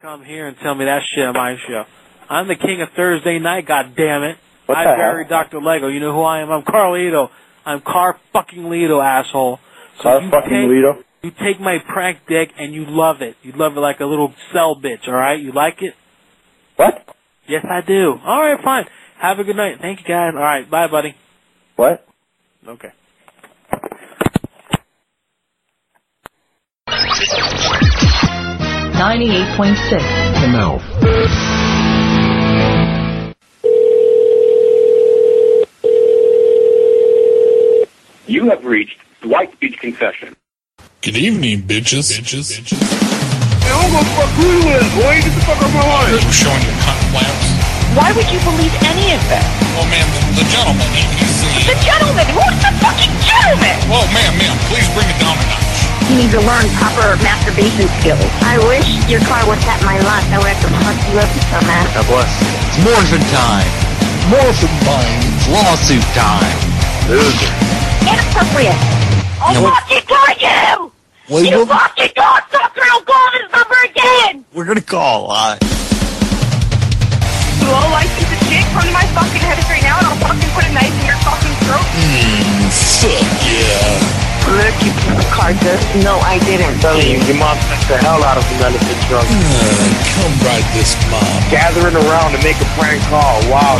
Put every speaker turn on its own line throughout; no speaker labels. come here and tell me that shit on my show. I'm the king of Thursday night, God damn it.
What
I
the
buried Dr. Lego. You know who I am? I'm Carlito. I'm Car fucking Lito, asshole. So
Car
you
fucking
take,
Lito.
You take my prank dick and you love it. You love it like a little cell bitch, alright? You like it?
What?
Yes, I do. Alright, fine. Have a good night. Thank you, guys. Alright, bye, buddy.
What?
Okay.
Ninety-eight point six.
The mouth.
You have reached Dwight Beach Confession.
Good evening, bitches. Bitches.
I'm gonna fuck Lulu with, boy. Get the fuck out of my life.
We're showing you cunt flaps.
Why would you believe any of that?
Oh, ma'am, the, the gentleman, he, he's the...
The gentleman! Who's the fucking gentleman?
Whoa, ma'am, ma'am, please bring it down a notch.
You need to learn proper masturbation skills. I wish your car was at my lot. I would have to fuck you up with some ass.
God bless.
It's morphin' time. Morphin' time. It's lawsuit time.
Inappropriate. I'll
No.
fucking kill you!
Wait,
You
what-
fucking cocksucker! I'll call this number again!
We're gonna call. Uh,
Slow like piece of shit, come to my fucking head right now and I'll fucking put a knife in your fucking throat.
Mm.
Fuck yeah.
Look, you piece of carcass. No, I didn't.
Telling you, your mom sent the hell out of some elephant drunk.
Mm,
Come ride this mom.
Gathering around to make a prank call. Wow.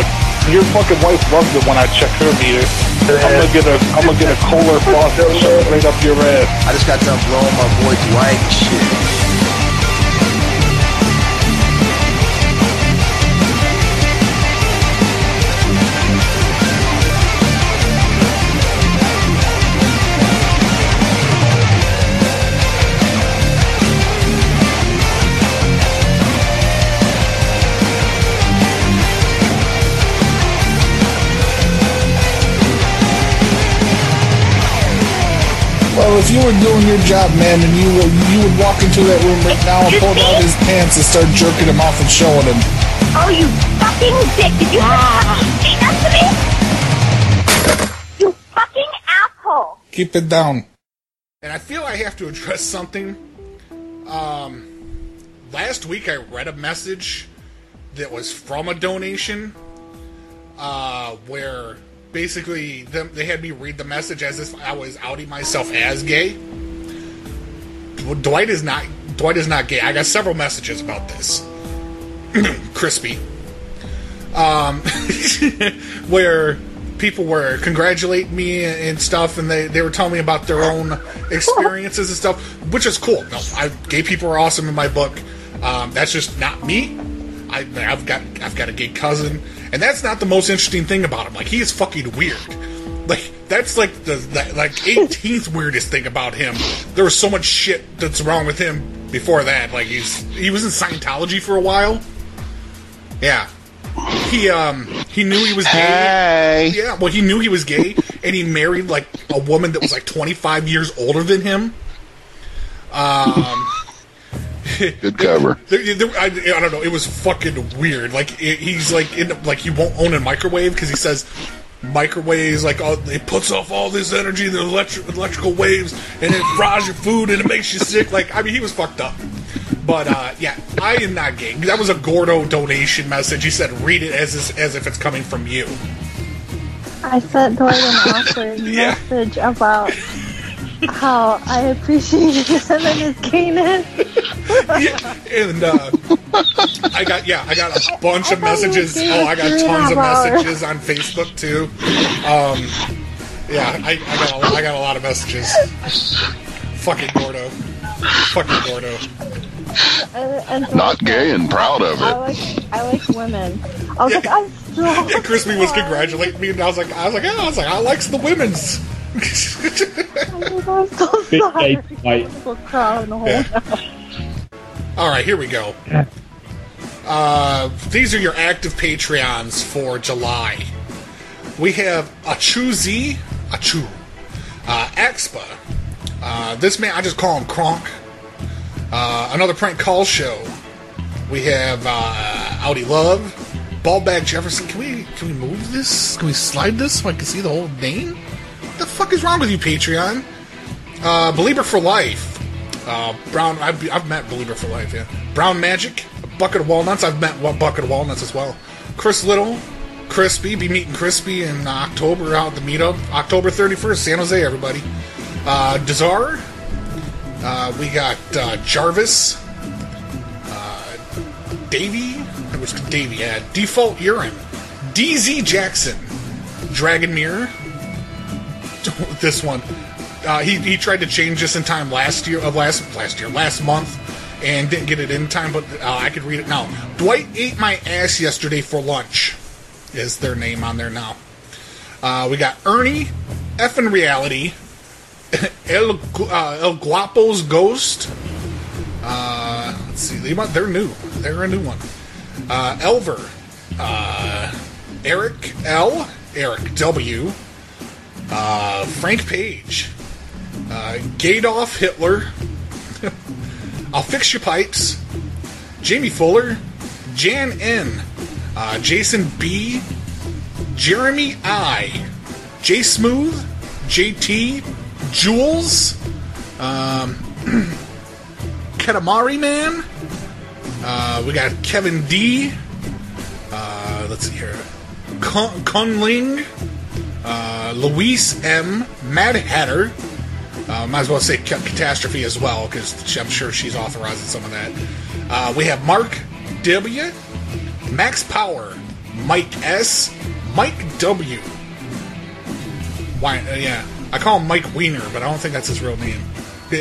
Your fucking wife loves it when I check her meter. I'm gonna get a I'm gonna get a Kohler faucet and shove it right up your ass.
I just got done blowing my boy Dwight and shit.
Well, if you were doing your job, man, and you were, you would walk into that room right now and pull down his pants and start jerking him off and showing him.
Oh, you fucking dick! Did you
Ah.
fucking say that to me? You fucking asshole!
Keep it down. And I feel I have to address something. Um, last week I read a message that was from a donation, uh, where basically them, they had me read the message as if I was outing myself as gay. Dw- Dwight is not. Dwight is not gay. I got several messages about this. Crispy. Um, where people were congratulating me and stuff, and they, they were telling me about their own experiences and stuff, which is cool. No, I, gay people are awesome in my book. Um, that's just not me. I, I've got I've got a gay cousin, and that's not the most interesting thing about him. Like he is fucking weird like that's like the, the like eighteenth weirdest thing about him. There was so much shit that's wrong with him before that. Like he's he was in Scientology for a while. Yeah, he um he knew he was gay. Yeah, well he knew he was gay, and he married like a woman that was like twenty five years older than him. Um,
Good cover.
There, there, I, I don't know. It was fucking weird. Like it, he's like in like he won't own a microwave because he says microwaves like all, it puts off all this energy, the electric, electrical waves, and it fries your food and it makes you sick. Like I mean, he was fucked up. But uh, yeah, I am not gay. That was a Gordo donation message. He said, "Read it as is, as if it's coming from you."
I sent Dwight an awkward
Yeah.
message about how I appreciated him and his gayness.
Yeah, and uh, I got yeah, I got a bunch of
I thought you were
messages.
gay
Oh, I got
three
tons of
hours.
messages on Facebook too. Um, yeah, I, I got a, I got a lot of messages. Fucking Gordo, fucking Gordo.
And, and so
Not gay and proud of
I
it.
like, I like women. I was like, I'm strong.
Yeah, Crispy was congratulating me, and I was like, I was like, yeah, I was like, I likes the women's.
I'm so
Big
sorry.
gay fight.
People crying the whole
Yeah.
time.
All right, here we go. Uh, these are your active Patreons for July. We have Achu Z, Achu, uh, Expa. Uh, this man, I just call him Kronk. Uh, another prank call show. We have uh, Audi Love, Ballbag Jefferson. Can we can we move this? Can we slide this so I can see the whole name? What the fuck is wrong with you, Patreon? Uh, Belieber for Life, Uh, brown, I've, I've met Believer for Life, yeah. Brown Magic, Bucket of Walnuts, I've met one Bucket of Walnuts as well. Chris Little, Crispy, be meeting Crispy in October out at the meetup. October 31st, San Jose, everybody. Uh, Dazar, uh, we got uh, Jarvis, uh, Davy, it was Davy, yeah, Default Urine, DZ Jackson, Dragon Mirror, this one. Uh, he, he tried to change this in time last year of last last year last month and didn't get it in time, but uh, I could read it now. Dwight ate my ass yesterday for lunch. Is their name on there now? Uh, we got Ernie, F in reality, El Gu- uh, El Guapo's ghost. Uh, let's see, they might, they're new. They're a new one. Uh, Elver, uh, Eric L, Eric W, uh, Frank Page, uh, Gadolf Hitler, I'll Fix Your Pipes, Jamie Fuller, Jan N, uh, Jason B, Jeremy I, J Smooth, JT, Jules, um, Katamari Man, uh, we got Kevin D, uh, let's see here, Kun Kun Ling, uh, Luis M, Mad Hatter, uh, might as well say ca- Catastrophe as well, because I'm sure she's authorizing some of that. Uh, we have Mark W, Max Power, Mike S, Mike W. Why, uh, yeah, I call him Mike Wiener, but I don't think that's his real name.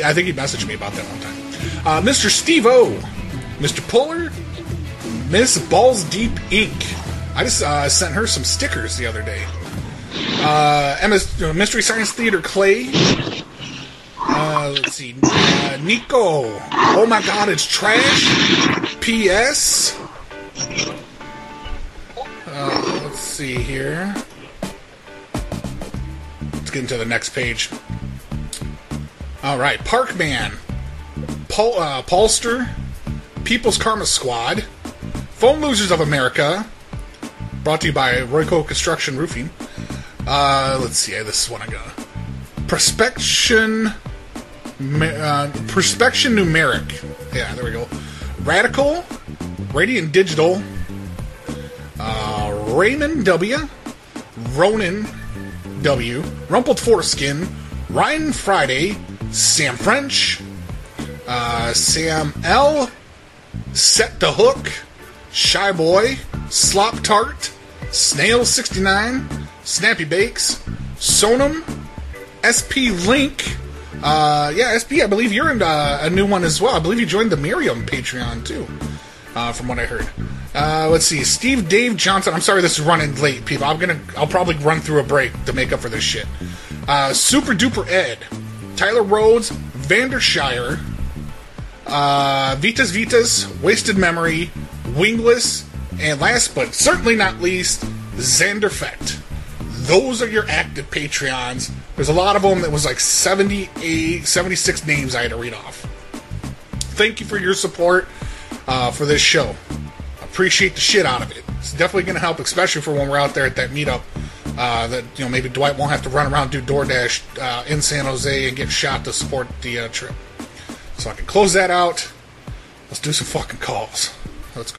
I think he messaged me about that one time. Uh, Mr. Steve O, Mr. Puller, Miss Balls Deep Ink. I just uh, sent her some stickers the other day. Uh, MS, uh, Mystery Science Theater Clay. Uh, let's see. Uh, Nico. Oh my god, it's trash. P.S. Uh, let's see here. Let's get into the next page. All right, Parkman, Paul, uh, Paulster, People's Karma Squad, Phone Losers of America, brought to you by Royco Construction Roofing. Uh, let's see, this is one I got. Prospection, ma- uh, prospection numeric. Yeah, there we go. Radical, Radiant Digital, uh, Raymond W, Ronan W, Rumpled Foreskin, Ryan Friday, Sam French, uh, Sam L, Set the Hook, Shy Boy, Slop Tart, Snail69, Snappy Bakes, Sonum, SP Link. Uh, yeah, SP, I believe you're in uh, a new one as well. I believe you joined the Miriam Patreon too, uh, from what I heard. Uh, let's see, Steve Dave Johnson. I'm sorry this is running late, people. I'm gonna, I'll probably run through a break to make up for this shit. Uh, Super Duper Ed, Tyler Rhodes, Vandershire, uh, Vitas Vitas, Wasted Memory, Wingless, and last but certainly not least, Xanderfect. Those are your active Patreons. There's a lot of them that was like 78, 76 names I had to read off. Thank you for your support uh, for this show. Appreciate the shit out of it. It's definitely going to help, especially for when we're out there at that meetup. Uh, that you know, maybe Dwight won't have to run around do DoorDash uh, in San Jose and get shot to support the uh, trip. So I can close that out. Let's do some fucking calls. Let's go.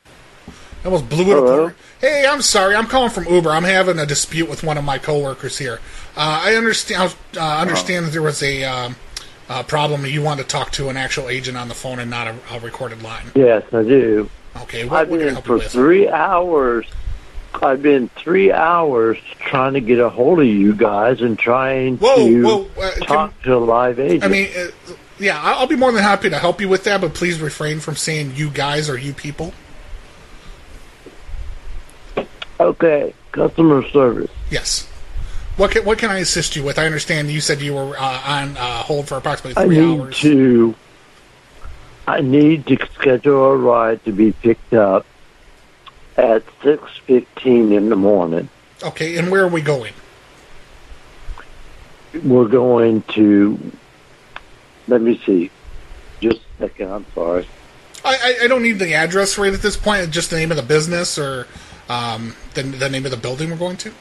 I almost blew it apart. Hey, I'm sorry. I'm calling from Uber. I'm having a dispute with one of my coworkers here. Uh, I understand. I uh, understand that there was a um, uh, problem. You want to talk to an actual agent on the phone and not a, a recorded line.
Yes, I do.
Okay, what
I've
we're
been
gonna help you
for
with?
three hours. I've been three hours trying to get a hold of you guys and trying to
whoa, uh, can-
talk to a live agent.
I mean, uh, yeah, I- I'll be more than happy to help you with that, but please refrain from saying "you guys" or "you people." uh,
okay, customer service.
Yes. What can What can I assist you with? I understand you said you were uh, on uh, hold for approximately
I
three
need
hours.
to. I need to schedule a ride to be picked up at six fifteen in the morning.
Okay, and where are we going?
We're going to. Let me see. Just a second. I'm sorry.
I, I, I don't need the address right at this point. Just the name of the business or um, the, the name of the building we're going to.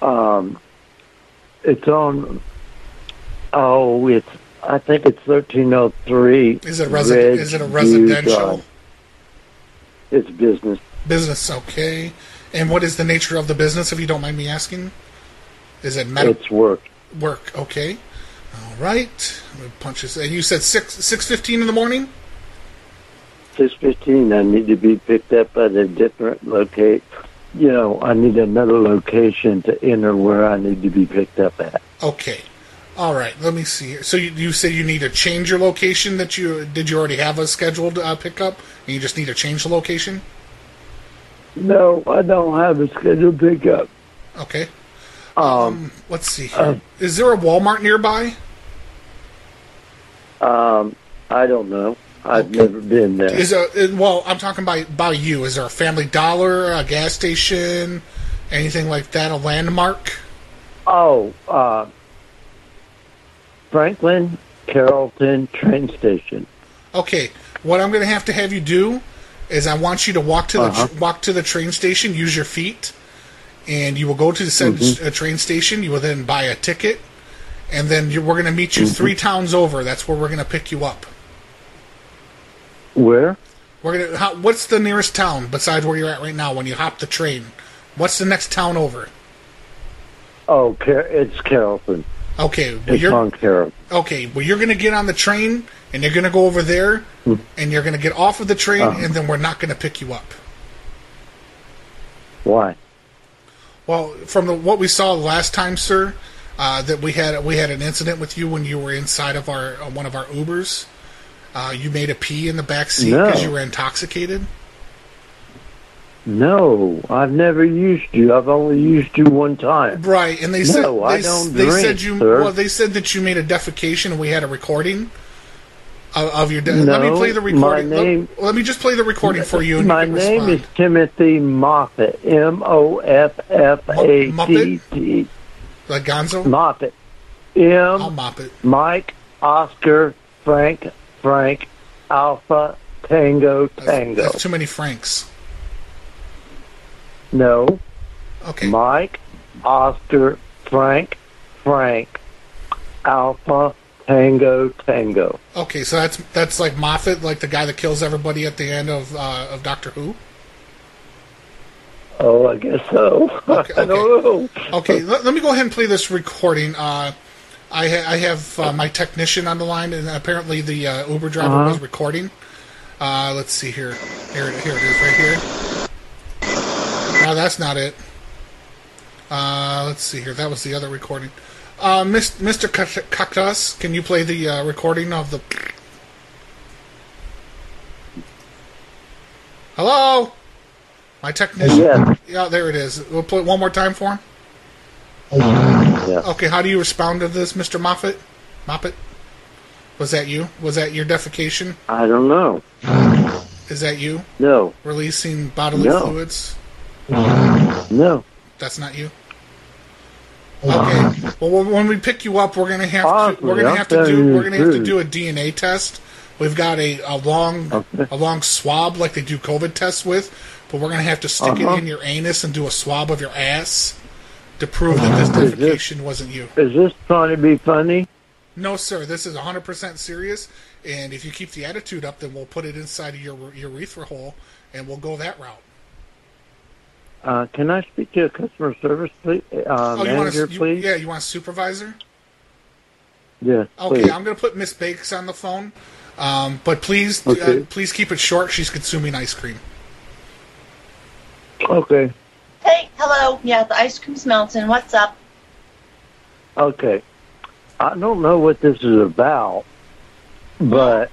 Um, it's on. Oh, it's I think it's 1303.
Is it resi- is it a residential?
It's business.
Business, okay. And what is the nature of the business, if you don't mind me asking? Is it med-
It's work.
work? Okay. All right. I'm gonna punch this. And you said six six fifteen in the morning.
615, I need to be picked up at a different locate. You know, I need another location to enter where I need to be picked up at.
Okay. All right. Let me see here. So you, you said you need to change your location. That you did you already have a scheduled uh, pickup, and you just need to change the location.
No, I don't have a scheduled pickup.
Okay.
Um,
Let's see.
uh,
Here. Is there a Walmart nearby?
um, I don't know. I've never been there.
Is a uh, well, I'm talking by by you. Is there a Family Dollar, a gas station, anything like that? A landmark?
Oh, uh, Franklin Carrollton train station.
Okay, what I'm going to have to have you do is I want you to walk to the
Uh-huh.
walk to the train station, use your feet, and you will go to the said
Mhm.
uh, train station. You will then buy a ticket, and then you, we're going to meet you
Mhm.
three towns over. That's where we're going to pick you up.
Where?
We're going to. How, what's the nearest town besides where you're at right now? When you hop the train, what's the next town over?
Oh, Car- it's Carrollton.
Okay, well,
It's
you're
on Carrollton.
okay. Well, you're going to get on the train, and you're going to go over there,
Mhm.
and you're going to get off of the train,
Uh-huh.
and then we're not going to pick you up.
Why?
Well, from the, what we saw last time, sir, uh, that we had we had an incident with you when you were inside of our uh, one of our Ubers. Uh, you made a pee in the back seat
No.
because you were intoxicated.
No, I've never used you. I've only used you one time.
Right, and they
No,
said they,
I
s-
don't
they
drink,
said you
sir.
well they said that you made a defecation and we had a recording of, of your. De- let me
No,
play the
my
recording. Let-
name-
let, me just play the recording for you. And
My
you can
name
respond.
is Timothy Moffat. M O F F A T T.
like Gonzo.
Moffat.
I'll
M
mop it.
Mike Oscar Frank Frank Alpha Tango Tango.
That's too many Franks.
No.
Okay.
Mike, Oscar, Frank, Frank, Alpha, Tango, Tango.
Okay, so that's that's like Moffat, like the guy that kills everybody at the end of uh, of Doctor Who.
Oh, I guess so.
Okay,
I don't know.
Okay, let, let me go ahead and play this recording. Uh, I ha- I have uh, my technician on the line, and apparently the uh, Uber driver
Uh-huh.
was recording. Uh, let's see here. Here, it- here it is, right here. No, that's not it. Uh, let's see here. That was the other recording. Uh, Mis- Mr. Cact- Cactus, can you play the uh, recording of the? Hello, my technician.
Yeah.
Yeah, there it is. We'll play it one more time for him.
Yeah.
Okay, how do you respond to this, Mr. Moffat? Moffat? Was that you? Was that your defecation?
I don't know.
Is that you
No,
releasing bodily
No.
fluids?
no.
That's not you. Okay. Well, when- when we pick you up, we're gonna have to,
Honestly,
we're gonna
I'm
have to
telling
do
you
we're gonna have to
the
do a DNA test. We've got a, a long a long swab like they do COVID tests with, but we're gonna have to stick
Uh-huh.
it in your anus and do a swab of your ass to prove that this
Is this-
defecation wasn't you.
Is this trying to be funny?
No, sir. This is 100% serious. And if you keep the attitude up, then we'll put it inside of your your urethra hole, and we'll go that route.
Uh, can I speak to a customer service please? Uh,
Oh, you want
manager,
a, you,
please?
Yeah, you want a supervisor?
Yes,
Okay,
please.
I'm gonna put Miss Bakes on the phone. Um, but please,
Okay.
uh, please keep it short. She's consuming ice cream.
Okay,
Hey, hello. Yeah, the ice cream's melting. What's up?
okay. I don't know what this is about, but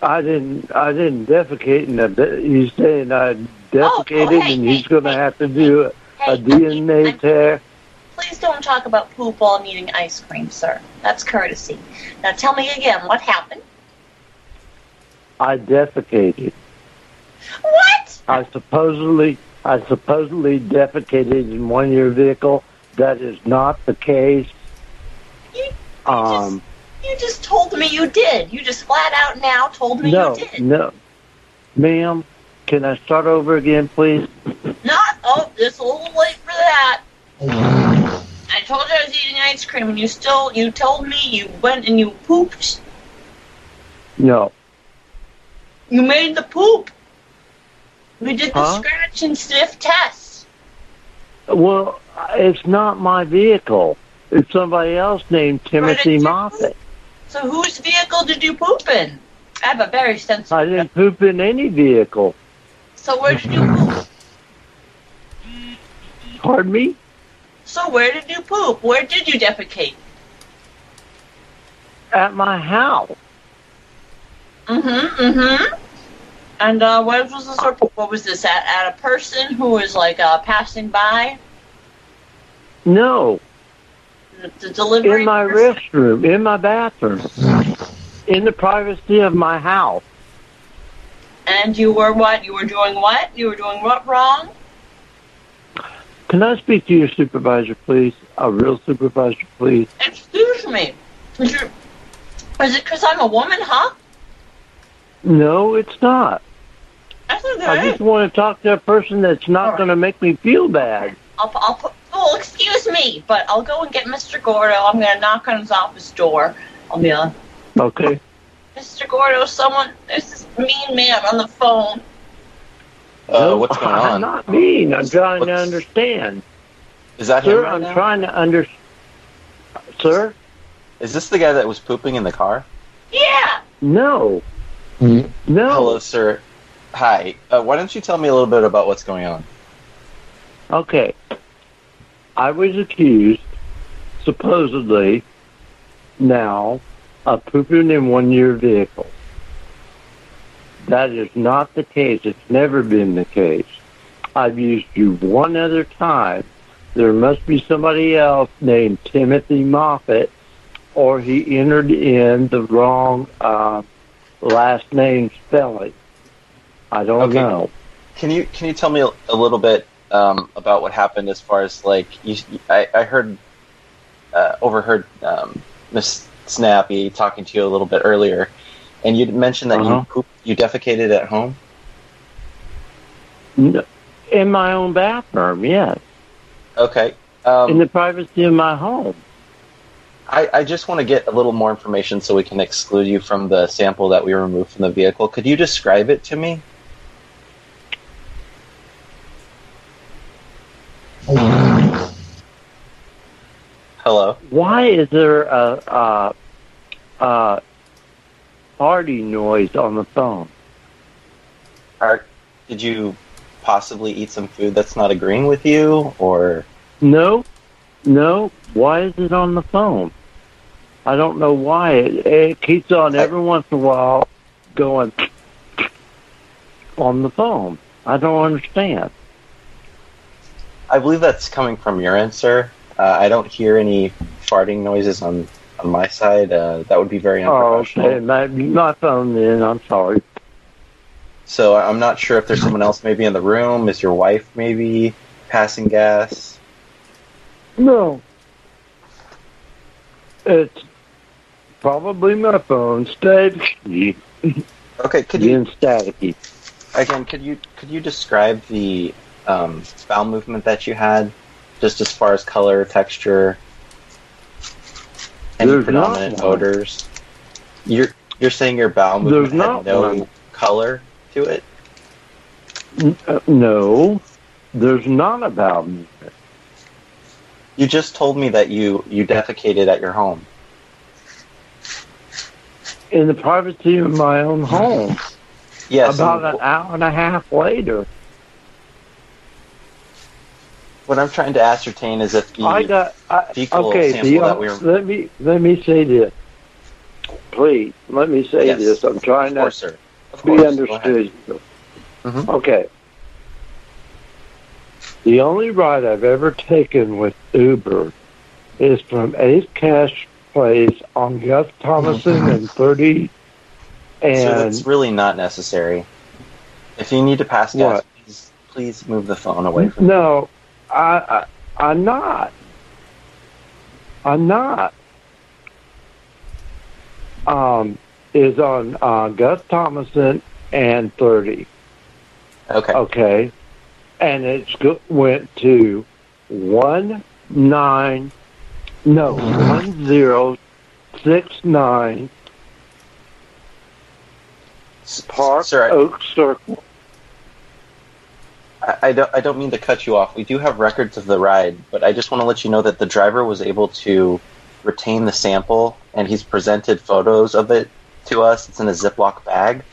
I didn't. I didn't defecate in a bit. He's saying I defecated,
Oh, hey,
and
hey,
he's going to
hey,
have to do a,
Hey,
a DNA
I'm-
test.
Please don't talk about poop while I'm eating ice cream, sir. That's courtesy. Now tell me again, what happened?
I defecated.
What?
I supposedly, I supposedly defecated in one of your vehicle. That is not the case.
You,
Um,
you just told me you did. You just flat out now told me
no,
you did.
no, ma'am. Can I start over again, please?
Not, oh, it's a little late for that. I told you I was eating ice cream, and you still you told me you went and you pooped.
No.
You made the poop. We did the
Huh?
scratch and sniff test.
Well, it's not my vehicle. It's somebody else named Timothy Moffat.
So whose vehicle did you poop in? I have a very sensitive.
I didn't poop in any vehicle.
So where did you poop?
Pardon me?
So where did you poop? Where did you defecate?
At my house.
Mm-hmm. Mm-hmm. And uh, what was this? or What was this? At, at a person who was like uh, passing by
No.
the, the delivery.
in my
person?
restroom, in my bathroom, in the privacy of my house.
And you were what? You were doing what? You were doing what wrong?
Can I speak to your supervisor, please? A real supervisor, please?
Excuse me. Is, you, is it because I'm a woman, huh?
No, it's not.
I think
I
there is.
just want to talk to a person that's not going to make me feel bad.
I'll, I'll put, well, excuse me, but I'll go and get Mr. Gordo. I'm going to knock on his office door. I'll be like,
Okay.
Mr. Gordo, someone, there's this mean man on the phone.
Uh, what's going
I'm
on?
not mean. I'm trying to understand.
Is that
Sir,
him? right
I'm
now?
trying to understand. Sir?
Is this the guy that was pooping in the car?
Yeah.
No.
Mm.
No.
Hello, sir. Hi. Uh, why don't you tell me a little bit about what's going on?
Okay. I was accused, supposedly, now, of pooping in one of your vehicle. That is not the case. It's never been the case. I've used you one other time. There must be somebody else named Timothy Moffat, or he entered in the wrong uh, last name spelling. I don't
Okay.
know.
Can you can you tell me a, a little bit um, about what happened as far as like you, I, I heard uh, overheard um, Miss Snappy talking to you a little bit earlier, and you mentioned that
Uh-huh.
you pooped, you defecated at home.
N- In my own bathroom, yes.
Okay. Um,
in the privacy of my home.
I, I just want to get a little more information so we can exclude you from the sample that we removed from the vehicle. Could you describe it to me? Hello.
Why is there a, uh, a, a party noise on the phone?
Are, did you possibly eat some food that's not agreeing with you, or
No, no. Why is it on the phone? I don't know why. It, it keeps on every once in a while going on the phone. I don't understand.
I believe that's coming from your end, sir. Uh, I don't hear any farting noises on on my side. Uh, that would be very
Oh,
unprofessional.
okay. My, my phone then. I'm sorry.
So I- I'm not sure if there's someone else maybe in the room. Is your wife maybe passing gas?
No. It's probably my phone staticky.
Okay, could
you? Being staticky.
Again, could you could you describe the um, bowel movement that you had, just as far as color, texture, any
There's not
predominant
one.
odors? You're you're saying your bowel movement
There's
had
not
no
one.
color to it?
N- uh, No, there's not a bowel movement.
You just told me that you you defecated at your home.
In the privacy of my own home.
Yes.
About
and-
an hour and a half later,
What I'm trying to ascertain is if the
I got. I,
fecal
okay,
sample
the,
that we were
let me let me say this. Please, let me say
Yes.
this. I'm trying
Of course,
to
sir. Of
be
course. Go
understood.
Mhm.
Okay. The only ride I've ever taken with Uber is from Ace Cash Place on Gus Thomason and 30.
Mm-hmm. so
And
that's really not necessary. If you need to pass gas, please, please move the phone away from.
no, I, I, I'm not. I'm not. Um, is on uh, Gus Thomason and 30.
Okay.
Okay. And it's go- went to one nine No, one zero six nine
Park Sir,
Oak Circle.
I, I don't. I don't mean to cut you off. We do have records of the ride, but I just want to let you know that the driver was able to retain the sample, and he's presented photos of it to us. It's in a Ziploc bag.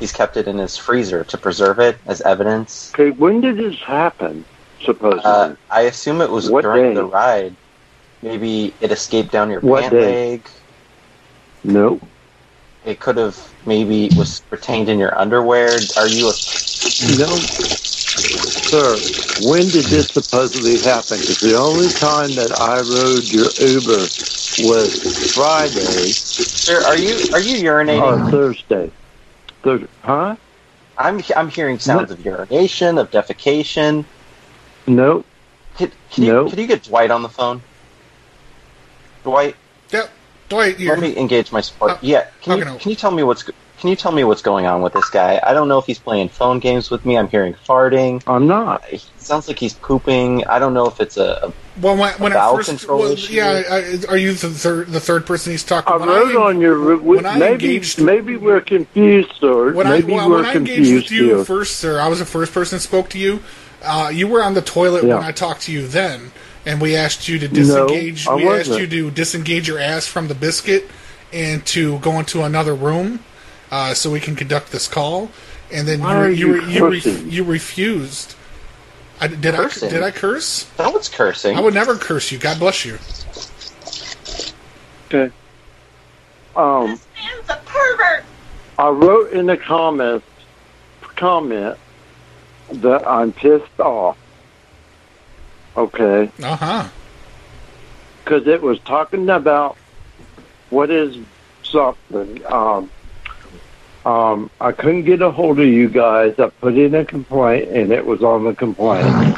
He's kept it in his freezer to preserve it as evidence.
Okay, when did this happen? Supposedly,
Uh, I assume it was
What
during
day?
the ride. Maybe it escaped down your
What
pant
day?
leg.
No.
It could have maybe was retained in your underwear. Are you a
no, sir. When did this supposedly happen? 'Cause the only time that I rode your Uber was Friday.
Sir, are you are you urinating?
Or Thursday. Thursday, huh?
I'm I'm hearing sounds of urination, of defecation.
No.
Could, could, you, could you get Dwight on the phone? Dwight.
Yep. Dwight. Uh,
Let me engage my support. yeah. Can you, can you tell me what's Can you tell me what's going on with this guy? I don't know if he's playing phone games with me. I'm hearing farting.
I'm not.
It sounds like he's pooping. I don't know if it's a.
Well, when, when
A
I
bowel
first,
control
well,
issue?
yeah, I, are you the third, the third person he's talked
I
about?
rode on your.
when I
maybe
engaged-
maybe we're confused, sir.
When
maybe
I, well,
we're
when I engaged
confused
with you
here.
first, sir, I was the first person that spoke to you. Uh, you were on the toilet
Yeah.
when I talked to you then, and we asked you to
No,
disengage.
I
we asked
wasn't.
you to disengage your ass from the biscuit and to go into another room uh, so we can conduct this call. And then
Why are
you you
you
you, re-
cursing?
you refused. I, did
Cursing?
I did I curse?
No one's cursing.
I would never curse you. God bless you.
Okay. Um,
It's a pervert.
I wrote in the comments comment that I'm pissed off. Okay,
Uh huh.
because it was talking about what is something. Um, um, I couldn't get a hold of you guys. I put in a complaint, and it was on the complaint.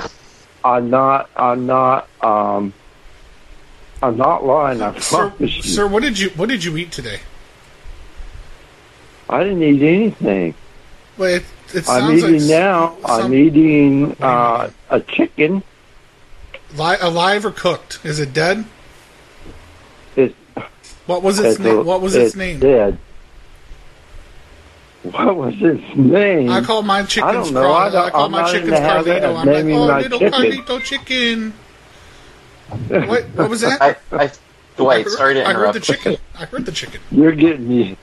I'm not. I'm not. Um, I'm not lying. I
Sir,
promise you.
sir, what did you what did you eat today?
I didn't eat anything.
Well, it, it
I'm
sounds
eating
like
now. I'm eating uh, a chicken.
li- alive or cooked. Is it dead?
It's,
What was its
it's
name?
a-
What was its, name?
Dead. What was its name?
I call my chickens.
I don't know.
Carl-
I, don't,
I call
am
my
not
chickens
in the habit of
Carlito. I'm like,
naming
oh,
my
little
chicken.
Carlito chicken. What? What was that?
I, I, Dwight, sorry to
I heard the
interrupt.
chicken. I heard the chicken.
You're getting me.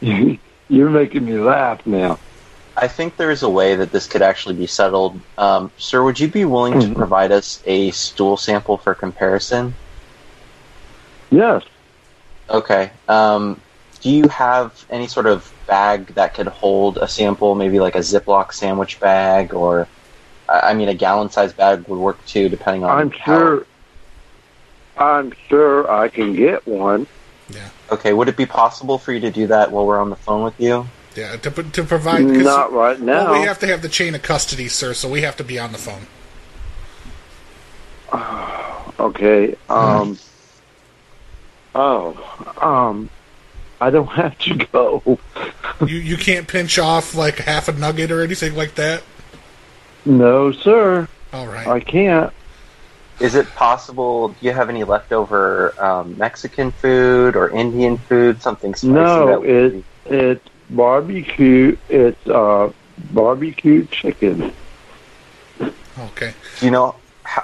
You're making me laugh now.
I think there is a way that this could actually be settled. Um, sir, would you be willing
Mm-hmm.
to provide us a stool sample for comparison?
Yes.
Okay. Um, do you have any sort of bag that could hold a sample, maybe like a Ziploc sandwich bag, or I I mean, a gallon-sized bag would work too, depending on.
I'm
how-
sure. I'm sure I can get one.
Okay, would it be possible for you to do that while we're on the phone with you?
Yeah, to, p- to provide. 'cause-
Not right
Well,
now.
we have to have the chain of custody, sir. So we have to be on the phone.
Okay. Um. Oh. Um. I don't have to go.
you you can't pinch off like half a nugget or anything like that.
No, sir.
All right.
I can't.
Is it possible? Do you have any leftover um, Mexican food or Indian food, something spicy?
No,
that
it it's barbecue. It's uh barbecue chicken.
Okay.
Do you know how,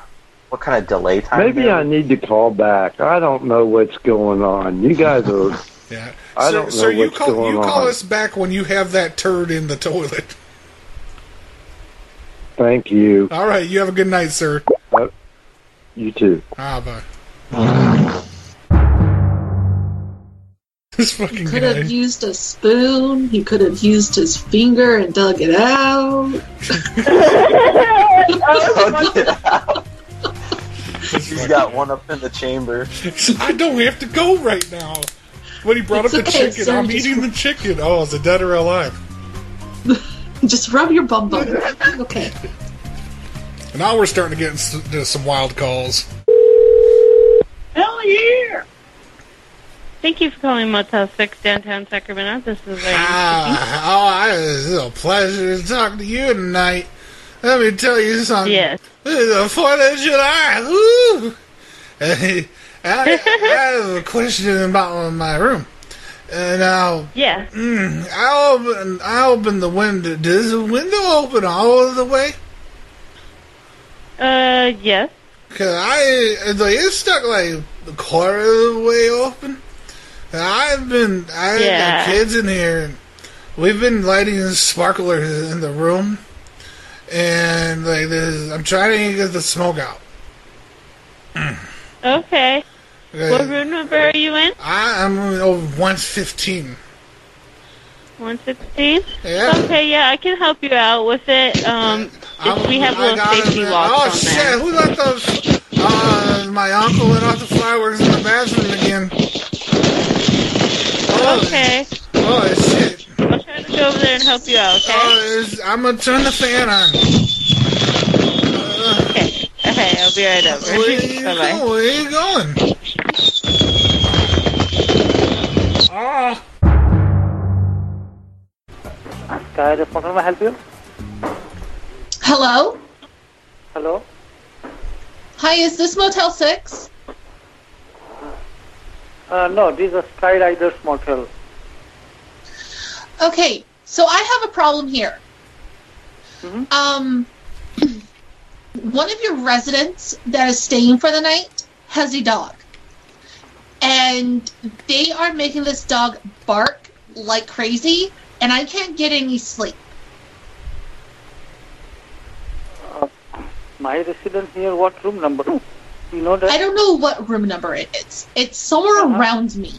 what kind of delay time?
Maybe
there
I
is?
need to call back. I don't know what's going on. You guys are.
Yeah.
I
sir,
don't know
sir, you
what's
call
going
you call
on.
us back when you have that turd in the toilet.
Thank you.
All right. You have a good night, sir.
Uh, you too.
Ah, bye. This fucking
Could
guy.
have used a spoon. He could have used his finger and dug it out.
He's got one up in the chamber.
I don't have to go right now. When he brought
It's
up the
okay,
chicken,
sir,
I'm
just-
eating the chicken. Oh, is it dead or alive?
Just rub your bum bum. Okay.
And now we're starting to get into some wild calls.
Hell yeah! Thank you for calling Motel 6 downtown Sacramento. This is Larry.
Ah, oh, I, it's a pleasure to talk to you tonight. Let me tell you something.
Yes.
This is the Fourth of July. Woo! I, I have a question about my room. And I'll
yeah.
Mm, I open I open the window. Does the window open all the way?
Uh, yes.
Cause I it's like it's stuck like a quarter of the way open. And I've been I have
Yeah.
got kids in here. And we've been lighting sparklers in the room, and like this, I'm trying to get the smoke out.
Ah. Okay.
Okay.
What room number are you in?
I, I'm over 115.
116?
Yeah.
Okay, yeah, I can help you out with it. Um, if we have little safety locks
oh
on
shit!
there.
Who let those? Uh, my uncle let off the fireworks in the bathroom again.
Okay.
Oh shit! Oh,
I'll try to go over there and help you out, okay?
I'm gonna turn the fan on.
Okay. Okay, I'll be right over.
Where you
Bye-bye.
going? Where you going? Ah.
Sky Response, may I help you?
Hello?
Hello?
Hi, is this Motel 6?
Uh, no, this is Skyriders Motel.
Okay, so I have a problem here. Um, one of your residents that is staying for the night has a dog, and they are making this dog bark like crazy, and I can't get any sleep.
Uh, My resident here, what room number? You know that? Uh-huh.
I don't know what room number it is. It's somewhere around me.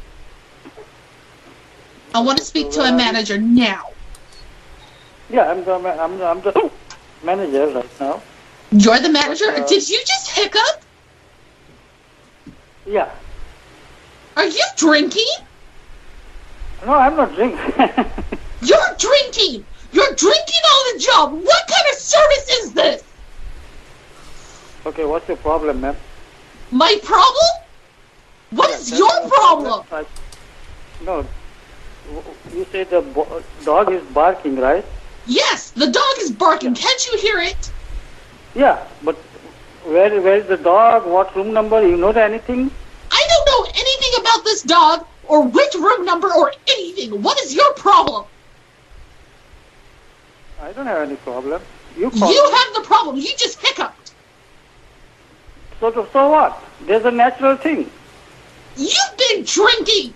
I want to speak to a manager now.
Yeah, I'm the, ma- I'm, the- I'm the manager right now.
You're the manager.
Uh,
Did you just hiccup?
Yeah.
Are you drinking?
No, I'm not drinking.
You're drinking. You're drinking on the job. What kind of service is this?
okay, what's your problem, ma'am?
My problem? What is your problem?
No. W- You say the bo- dog is barking, right?
Yes, the dog is barking. Can't you hear it?
Yeah, but where where is the dog? What room number? You know the anything?
I don't know anything about this dog or which room number or anything. What is your problem?
I don't have any problem. You call
You have the problem. You just hiccuped.
So, so what? There's a natural thing.
You've been drinking.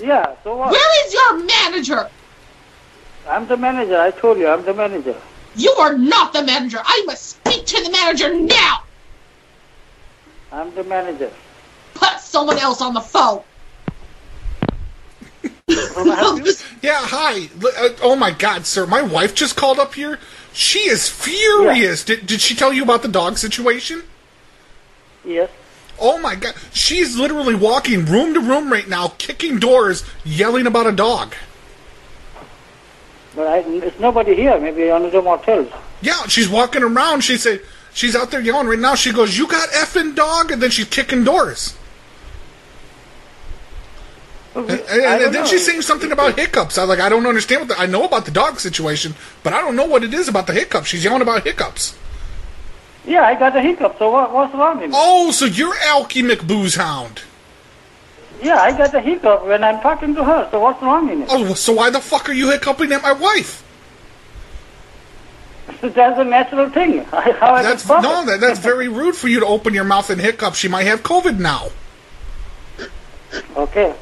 Yeah, so what?
Where is your manager?
I'm the manager. I told you, I'm the manager.
You are not the manager. I must speak to the manager now.
I'm the manager.
Put someone else on the phone.
Yeah, hi. L- uh, Oh my god, sir. My wife just called up here. She is furious. Did, did she tell you about the dog situation?
Yes.
Oh my god. She's literally walking room to room right now, kicking doors, yelling about a dog.
But I, it's nobody here. Maybe another motel.
Yeah, she's walking around. She said she's out there yelling right now. She goes, "You got effing dog," and then she's kicking doors. And, and-
I
and
don't
then
know.
she's saying something about hiccups. I like I don't understand what the, I know about the dog situation, but I don't know what it is about the hiccups. She's yelling about hiccups.
Yeah, I got a hiccup. So what, what's wrong? With me?
Oh, so you're Alky McBooze Hound.
Yeah, I got a hiccup when I'm talking to her. So what's wrong in it?
Oh, so why the fuck are you hiccuping at my wife?
That's a natural thing. How I
That's no, that, that's very rude for you to open your mouth and hiccup. She might have COVID now.
Okay.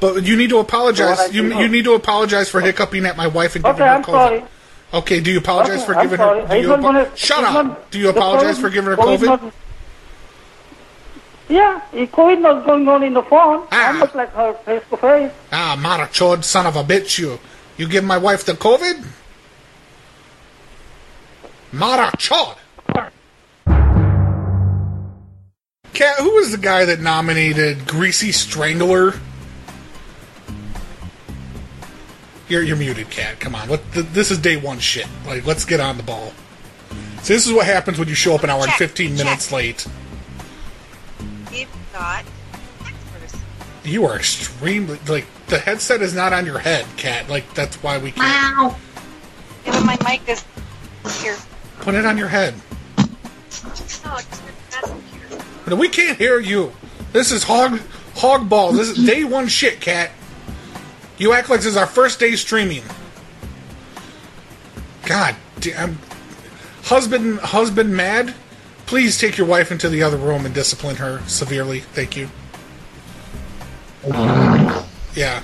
But you need to apologize.
Well, I
you
do know.
you need to apologize for hiccuping at my wife and giving
Okay,
her
I'm
COVID.
sorry.
Okay, do you apologize
Okay,
for
I'm
giving
sorry.
her? Do
He's
you
not
apo-
gonna-
Shut
he's
up.
not-
do you
the
apologize
COVID
for giving her
COVID
COVID?
not- Yeah, if COVID was going on in the phone. I'm not like her face to face.
ah, Marachod, son of a bitch, you. You give my wife the COVID? Marachod! Cat, who was the guy that nominated Greasy Strangler? You're, you're muted, Cat. Come on. Let, th- this is day one shit. Like, let's get on the ball. So this is what happens when you show up an hour and 15 minutes late.
If not,
You are extremely like the headset is not on your head, Cat. Like that's why we can't
Wow. Yeah, but my mic is here.
put it on your head.
No, it's not here.
No, we can't hear you. This is hog hog balls. This is day one shit, cat. You act like this is our first day streaming. God damn, husband, husband, mad. Please take your wife into the other room and discipline her severely. Thank you. Yeah,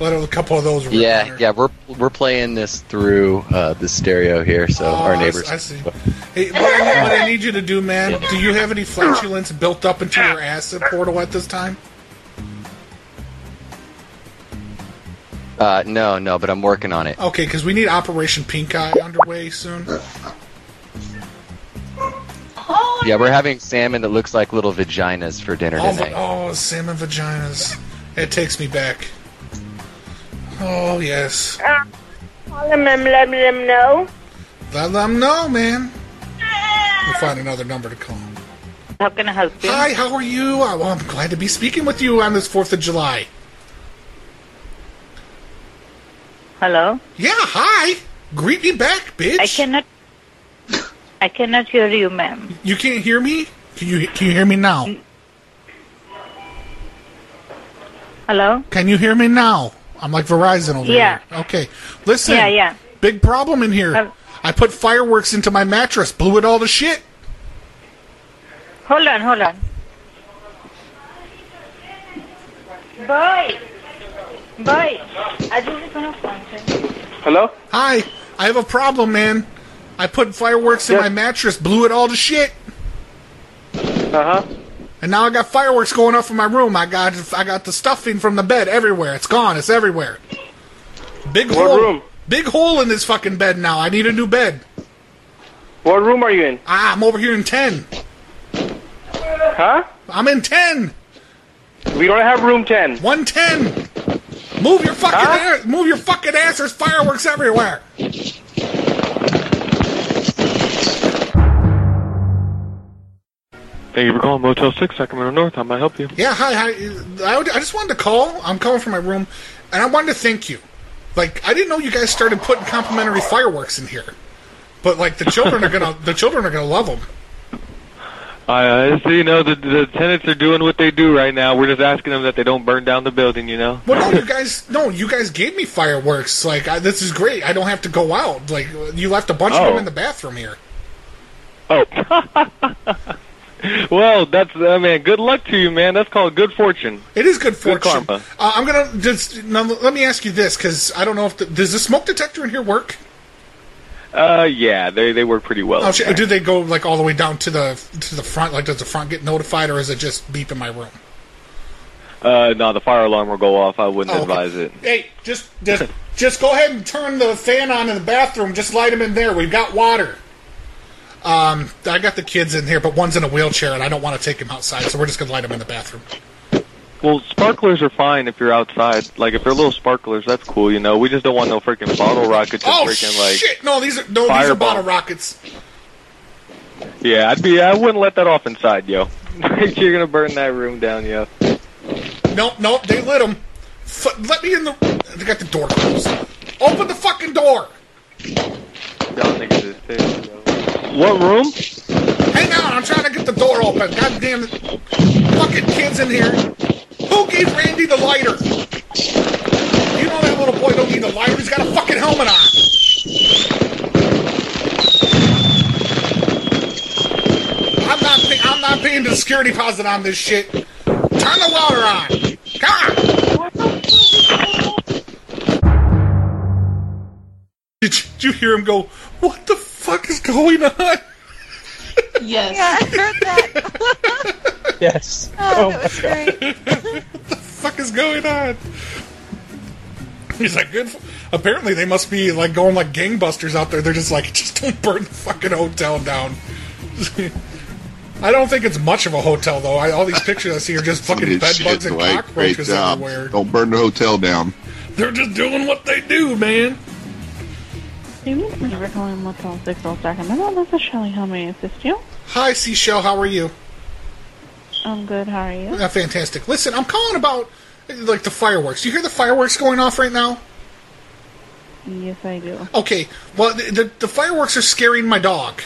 let a couple of those. rip on
Yeah,
her.
yeah, we're we're playing this through uh, the stereo here, so
Oh,
our
I
neighbors.
see- I see. Hey, what, I, what I need you to do, man? Do you have any flatulence built up into your acid portal at this time?
Uh, no, no, but I'm working on it.
Okay, because we need Operation Pink Eye underway soon.
Yeah, we're having salmon that looks like little vaginas for dinner
Oh,
tonight.
my, oh, salmon vaginas. It takes me back. Oh, yes.
Let them, let them know.
Let them know, man. We'll find another number to call.
How can a husband?
Hi, how are you? Uh, Well, I'm glad to be speaking with you on this 4th of July.
Hello?
Yeah, hi. Greet me back, bitch.
I cannot I cannot hear you, ma'am.
You can't hear me? Can you, can you hear me now?
Mm. Hello?
Can you hear me now? I'm like Verizon over
Yeah.
here. Okay. Listen.
Yeah, yeah. Uh,
Big problem in here. I put fireworks into my mattress, blew it all to shit.
Hold on, hold on. Boy. Boy. Are you gonna function?
Hello? Hi. I have a problem, man. I put fireworks in my mattress, blew it all to shit.
Uh-huh.
Uh huh. And now I got fireworks going off in my room. I got I got the stuffing from the bed everywhere. It's gone. It's everywhere. Big
What
hole.
room?
Big hole in this fucking bed now. I need a new bed.
What room are you in?
Ah, I'm over here in ten.
Huh?
I'm in ten.
We don't have room ten.
One ten. Move your fucking
Huh?
ass. Move your fucking ass. There's fireworks everywhere.
Thank you for calling Motel 6 Sacramento North. How may I help you?
Yeah, hi, hi. I, would- I just wanted to call. I'm calling from my room, and I wanted to thank you. Like, I didn't know you guys started putting complimentary fireworks in here, but like the children are gonna, the children are gonna love them.
I uh, so you know the, the tenants are doing what they do right now. We're just asking them that they don't burn down the building. You know.
Well, no, you guys, no, you guys gave me fireworks. Like, I, this is great. I don't have to go out. Like, you left a bunch of
Oh.
them in the bathroom here.
Oh. well, that's uh, man. Good luck to you, man. That's called good fortune.
It is good fortune.
Good karma.
Uh, I'm gonna just now, let me ask you this because I don't know if the, does the smoke detector in here work?
Uh, yeah, they they work pretty well.
Oh, shit, do they go like all the way down to the to the front? Like, does the front get notified, or is it just beep in my room?
Uh, no, the fire alarm will go off. I wouldn't
Oh, okay.
advise it.
Hey, just just just go ahead and turn the fan on in the bathroom. Just light them in there. We've got water. Um, I got the kids in here, but one's in a wheelchair, and I don't want to take him outside, so we're just gonna light him in the bathroom.
Well, sparklers are fine if you're outside. Like if they're little sparklers, that's cool. You know, we just don't want no freaking bottle rockets and
oh
freaking like.
shit! No, these are no, these are
fireball.
bottle rockets.
Yeah, I'd be. I wouldn't let that off inside, yo. You're gonna burn that room down, yo.
Nope, nope, they lit him. F- let me in the. They got the door closed. Open the fucking door.
What room?
Hang on, I'm trying to get the door open. God damn it! Fucking kids in here. Who gave Randy the lighter? You know that little boy don't need a lighter. He's got a fucking helmet on. I'm not. Pay- I'm not paying the security deposit on this shit. Turn the water on. Come on. Did you, did you hear him go? What the fuck is going on?
Yes.
I heard that.
Yes.
Oh, that was great.
fuck is going on? He's like, good. Apparently, they must be like going like gangbusters out there. They're just like, just don't burn the fucking hotel down. I don't think it's much of a hotel though. I, all these pictures I see are just fucking
Good
bed
shit,
bugs and
Dwight. Great
cockroaches
job.
everywhere.
Don't burn the hotel down.
They're just doing what they do, man.
Thank you for calling Motel 6 Old Sacramento. This is Shelly. How may I assist you?
Hi, Seashell. How are you?
I'm good. How are you?
Uh, fantastic. Listen, I'm calling about like the fireworks. You hear the fireworks going off right now?
Yes, I do.
Okay, well, the, the, the fireworks are scaring my dog.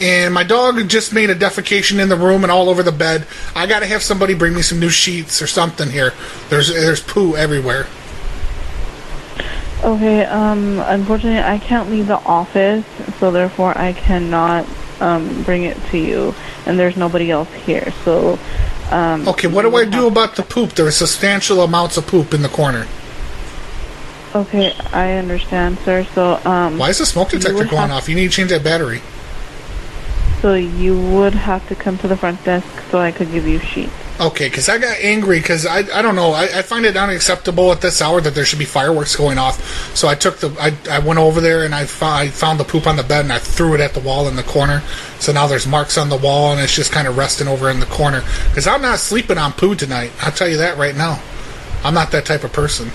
and my dog just made a defecation in the room and all over the bed. I gotta have somebody bring me some new sheets or something here. There's there's poo everywhere.
Okay, um, unfortunately, I can't leave the office, so therefore I cannot um, bring it to you, and there's nobody else here. So, um,
Okay, what do I do about the poop? There are substantial amounts of poop in the corner.
okay, I understand, sir. So, um,
Why is the smoke
you
detector
would
going
have-
off? You need to change that battery.
So you would have to come to the front desk so I could give you sheets.
Okay, because I got angry because I, I don't know I, I find it unacceptable at this hour that there should be fireworks going off. So I took the I, I went over there and I, fo- I found the poop on the bed and I threw it at the wall in the corner. So now there's marks on the wall and it's just kind of resting over in the corner. Because I'm not sleeping on poo tonight. I'll tell you that right now. I'm not that type of person.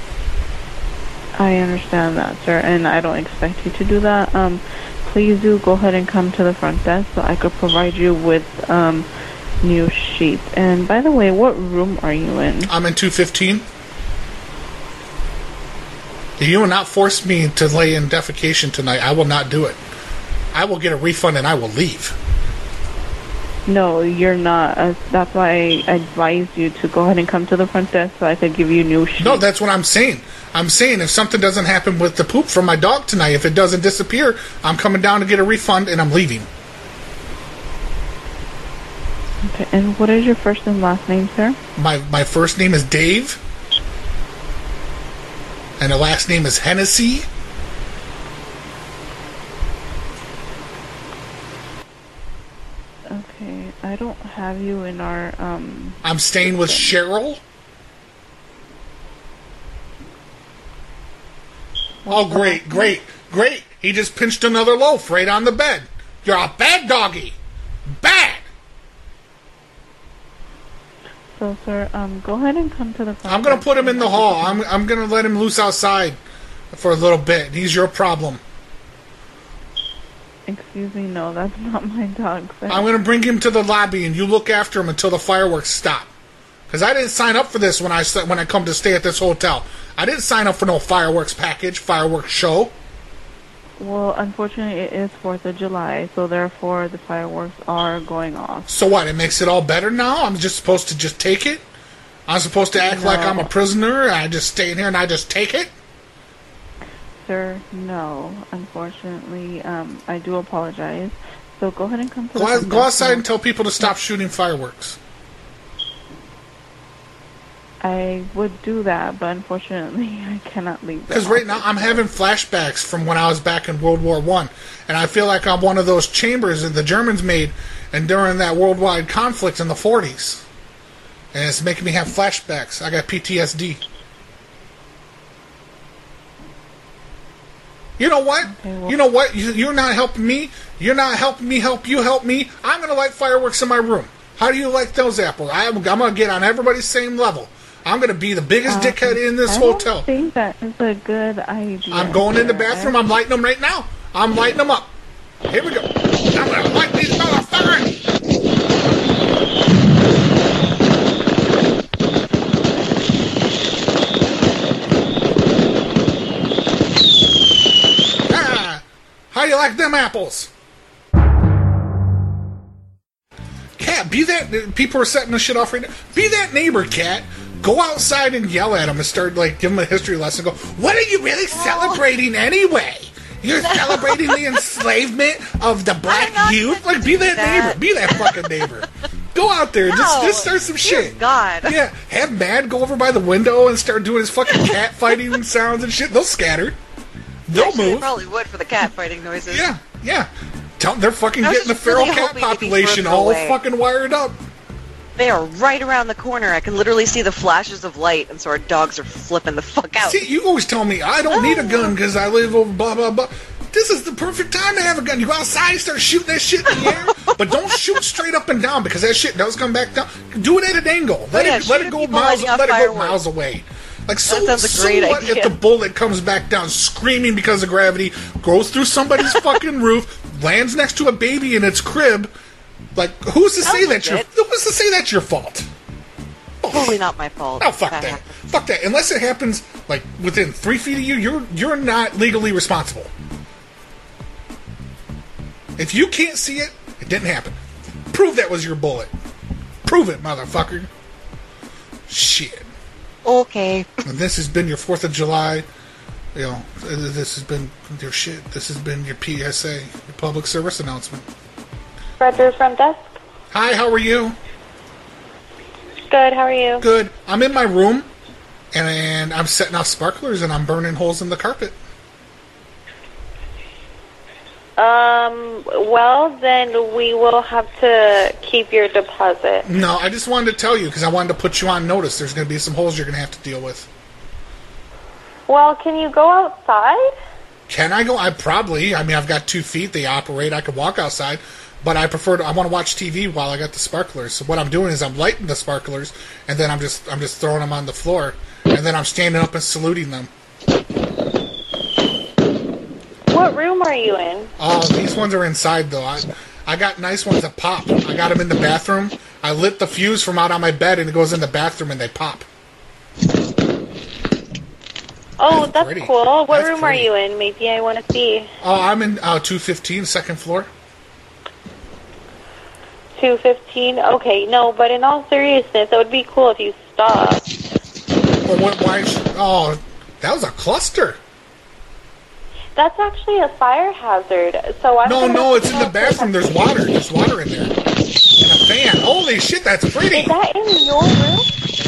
I understand that, sir, and I don't expect you to do that. Um, please do go ahead and come to the front desk so I could provide you with um, new sheets. And by the way, what room are you in?
I'm in 215. You will not force me to lay in defecation tonight. I will not do it. I will get a refund and I will leave.
No, you're not. Uh, that's why I advised you to go ahead and come to the front desk so I could give you new sheets.
No, that's what I'm saying. I'm saying if something doesn't happen with the poop from my dog tonight, if it doesn't disappear, I'm coming down to get a refund and I'm leaving.
Okay, and what is your first and last name, sir?
My my first name is Dave, and the last name is Hennessy.
Okay, I don't have you in our um.
I'm staying with Cheryl. Oh, great, great, great! He just pinched another loaf right on the bed. You're a bad doggy, bad.
So, sir, um, go ahead and come to the front.
I'm gonna
desk
put him in
and
the
I could
hall. I'm I'm gonna let him loose outside for a little bit. He's your problem.
Excuse me, no, that's not my dog. Sir.
I'm going to bring him to the lobby, and you look after him until the fireworks stop. Because I didn't sign up for this when I s- when I come to stay at this hotel. I didn't sign up for no fireworks package, fireworks show.
Well, unfortunately, it is Fourth of July, so therefore the fireworks are going off.
So what? It makes it all better now. I'm just supposed to just take it. I'm supposed to act like I'm a prisoner. I just stay in here and I just take it.
Sir, no, unfortunately, um, I do apologize. So go ahead and come to
Go,
the
out-
front
go
desk
outside
and-
and tell people to stop shooting fireworks.
I would do that, but unfortunately, I cannot leave. the
Because right now I'm having flashbacks from when I was back in World War One, and I feel like I'm one of those chambers that the Germans made, and during that worldwide conflict in the 40s, and it's making me have flashbacks. I got PTSD. You know what? you know what? You, you're not helping me. You're not helping me. Help you. Help me. I'm gonna light fireworks in my room. How do you like those apples? I, I'm gonna get on everybody's same level. I'm gonna be the biggest
Um,
dickhead in this
I don't
hotel.
think that is a good idea.
I'm going in the
sir.
bathroom. I'm lighting them right now. I'm lighting them up. Here we go. I'm gonna light these motherfuckers. Ah, how you like them apples? Cat, be that. People are setting this shit off right now. Be that neighbor, cat. Go outside and yell at him and start like give him a history lesson. Go. What are you really
Oh.
celebrating anyway? You're celebrating the enslavement of the black youth. Like, be that, neighbor. Be that fucking neighbor. Go out there. Just,
No.
just start some
Dear
shit.
God.
Yeah. Have Mad go over by the window and start doing his fucking cat fighting sounds and shit. They'll scatter. They'll
Actually, they
move.
probably would for the cat fighting noises.
Yeah, yeah. Tell, they're fucking
I was
getting the
just
feral
really
cat
hoping they'd be
population
further
all
away.
fucking wired up.
They are right around the corner. I can literally see the flashes of light, and so our dogs are flipping the fuck out. Oh.
See, you always tell me I don't need a gun because I live over blah blah blah. This is the perfect time to have a gun. You go outside, start shooting that shit in the air, but don't shoot straight up and down because that shit does come back down. Do it at an angle. Let
Oh, yeah,
it let
shoot
it
at
go
people
miles
lighting up
let it go
fireworks.
miles away. Like so,
That sounds a
so
great
what if
idea.
the bullet comes back down screaming because of gravity, goes through somebody's fucking roof, lands next to a baby in its crib? Like who's to say that's your who's to say that's your fault?
Totally not my fault.
Oh fuck that! Fuck that! Unless it happens like within three feet of you, you're you're not legally responsible. If you can't see it It didn't happen. Prove that was your bullet. Prove it, motherfucker. Shit.
Okay.
And this has been your 4th of July. You know, this has been your shit. This has been your PSA, your public service announcement.
Roger, front desk.
Hi, how are you?
Good, how are you?
Good. I'm in my room, and I'm setting off sparklers, and I'm burning holes in the carpet.
Um, well, then we will have to keep your deposit.
No, I just wanted to tell you because I wanted to put you on notice. There's going to be some holes you're going to have to deal with.
Well, can you go outside?
Can I go? I probably. I mean, I've got two feet. They operate. I could walk outside, but I prefer to. I want to watch TV while I got the sparklers. So what I'm doing is I'm lighting the sparklers, and then I'm just I'm just throwing them on the floor, and then I'm standing up and saluting them.
What room are you in?
Oh, these ones are inside though. I, I got nice ones that pop. I got them in the bathroom. I lit the fuse from out on my bed, and it goes in the bathroom, and they pop.
Oh, that's
pretty.
cool. What
That's
room
pretty.
are you in? Maybe I want to see.
Oh, I'm in uh, 215, second floor.
215? Okay, no, but in all seriousness, it would be cool if you stopped.
Well, what, why? is- Oh, that was a cluster.
That's actually a fire hazard, so I'm
No,
gonna
no,
have
it's
to
in the bathroom. There's water. There's water in there. And a fan. Holy shit, that's pretty. Is
that in your room?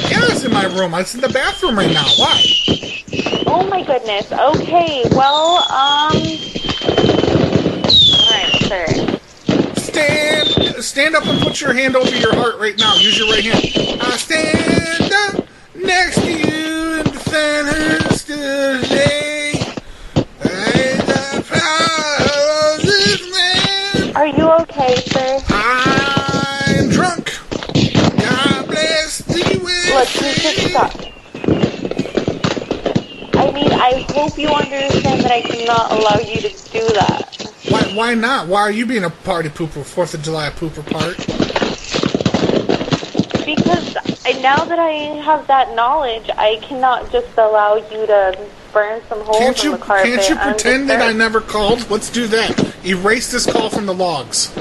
Yeah, it's in my room. It's in the bathroom right now. Why?
Oh my goodness. Okay. Well, um. Alright, sir.
Stand, stand up and put your hand over your heart right now. Use your right hand. I stand up next to you and defend her today. And the power of this man.
Are you okay, sir?
I'm drunk. God bless thee with
Look, you should stop. I mean, I hope you understand that I cannot allow you to do that.
Why, why not? Why are you being a party pooper, Fourth of July pooper part?
Because I, now that I have that knowledge, I cannot just allow you to burn some holes
Can't
in
you
the carpet.
can't you
I'm
pretend that I
disturbed.
never called? Let's do that. Erase this call from the logs.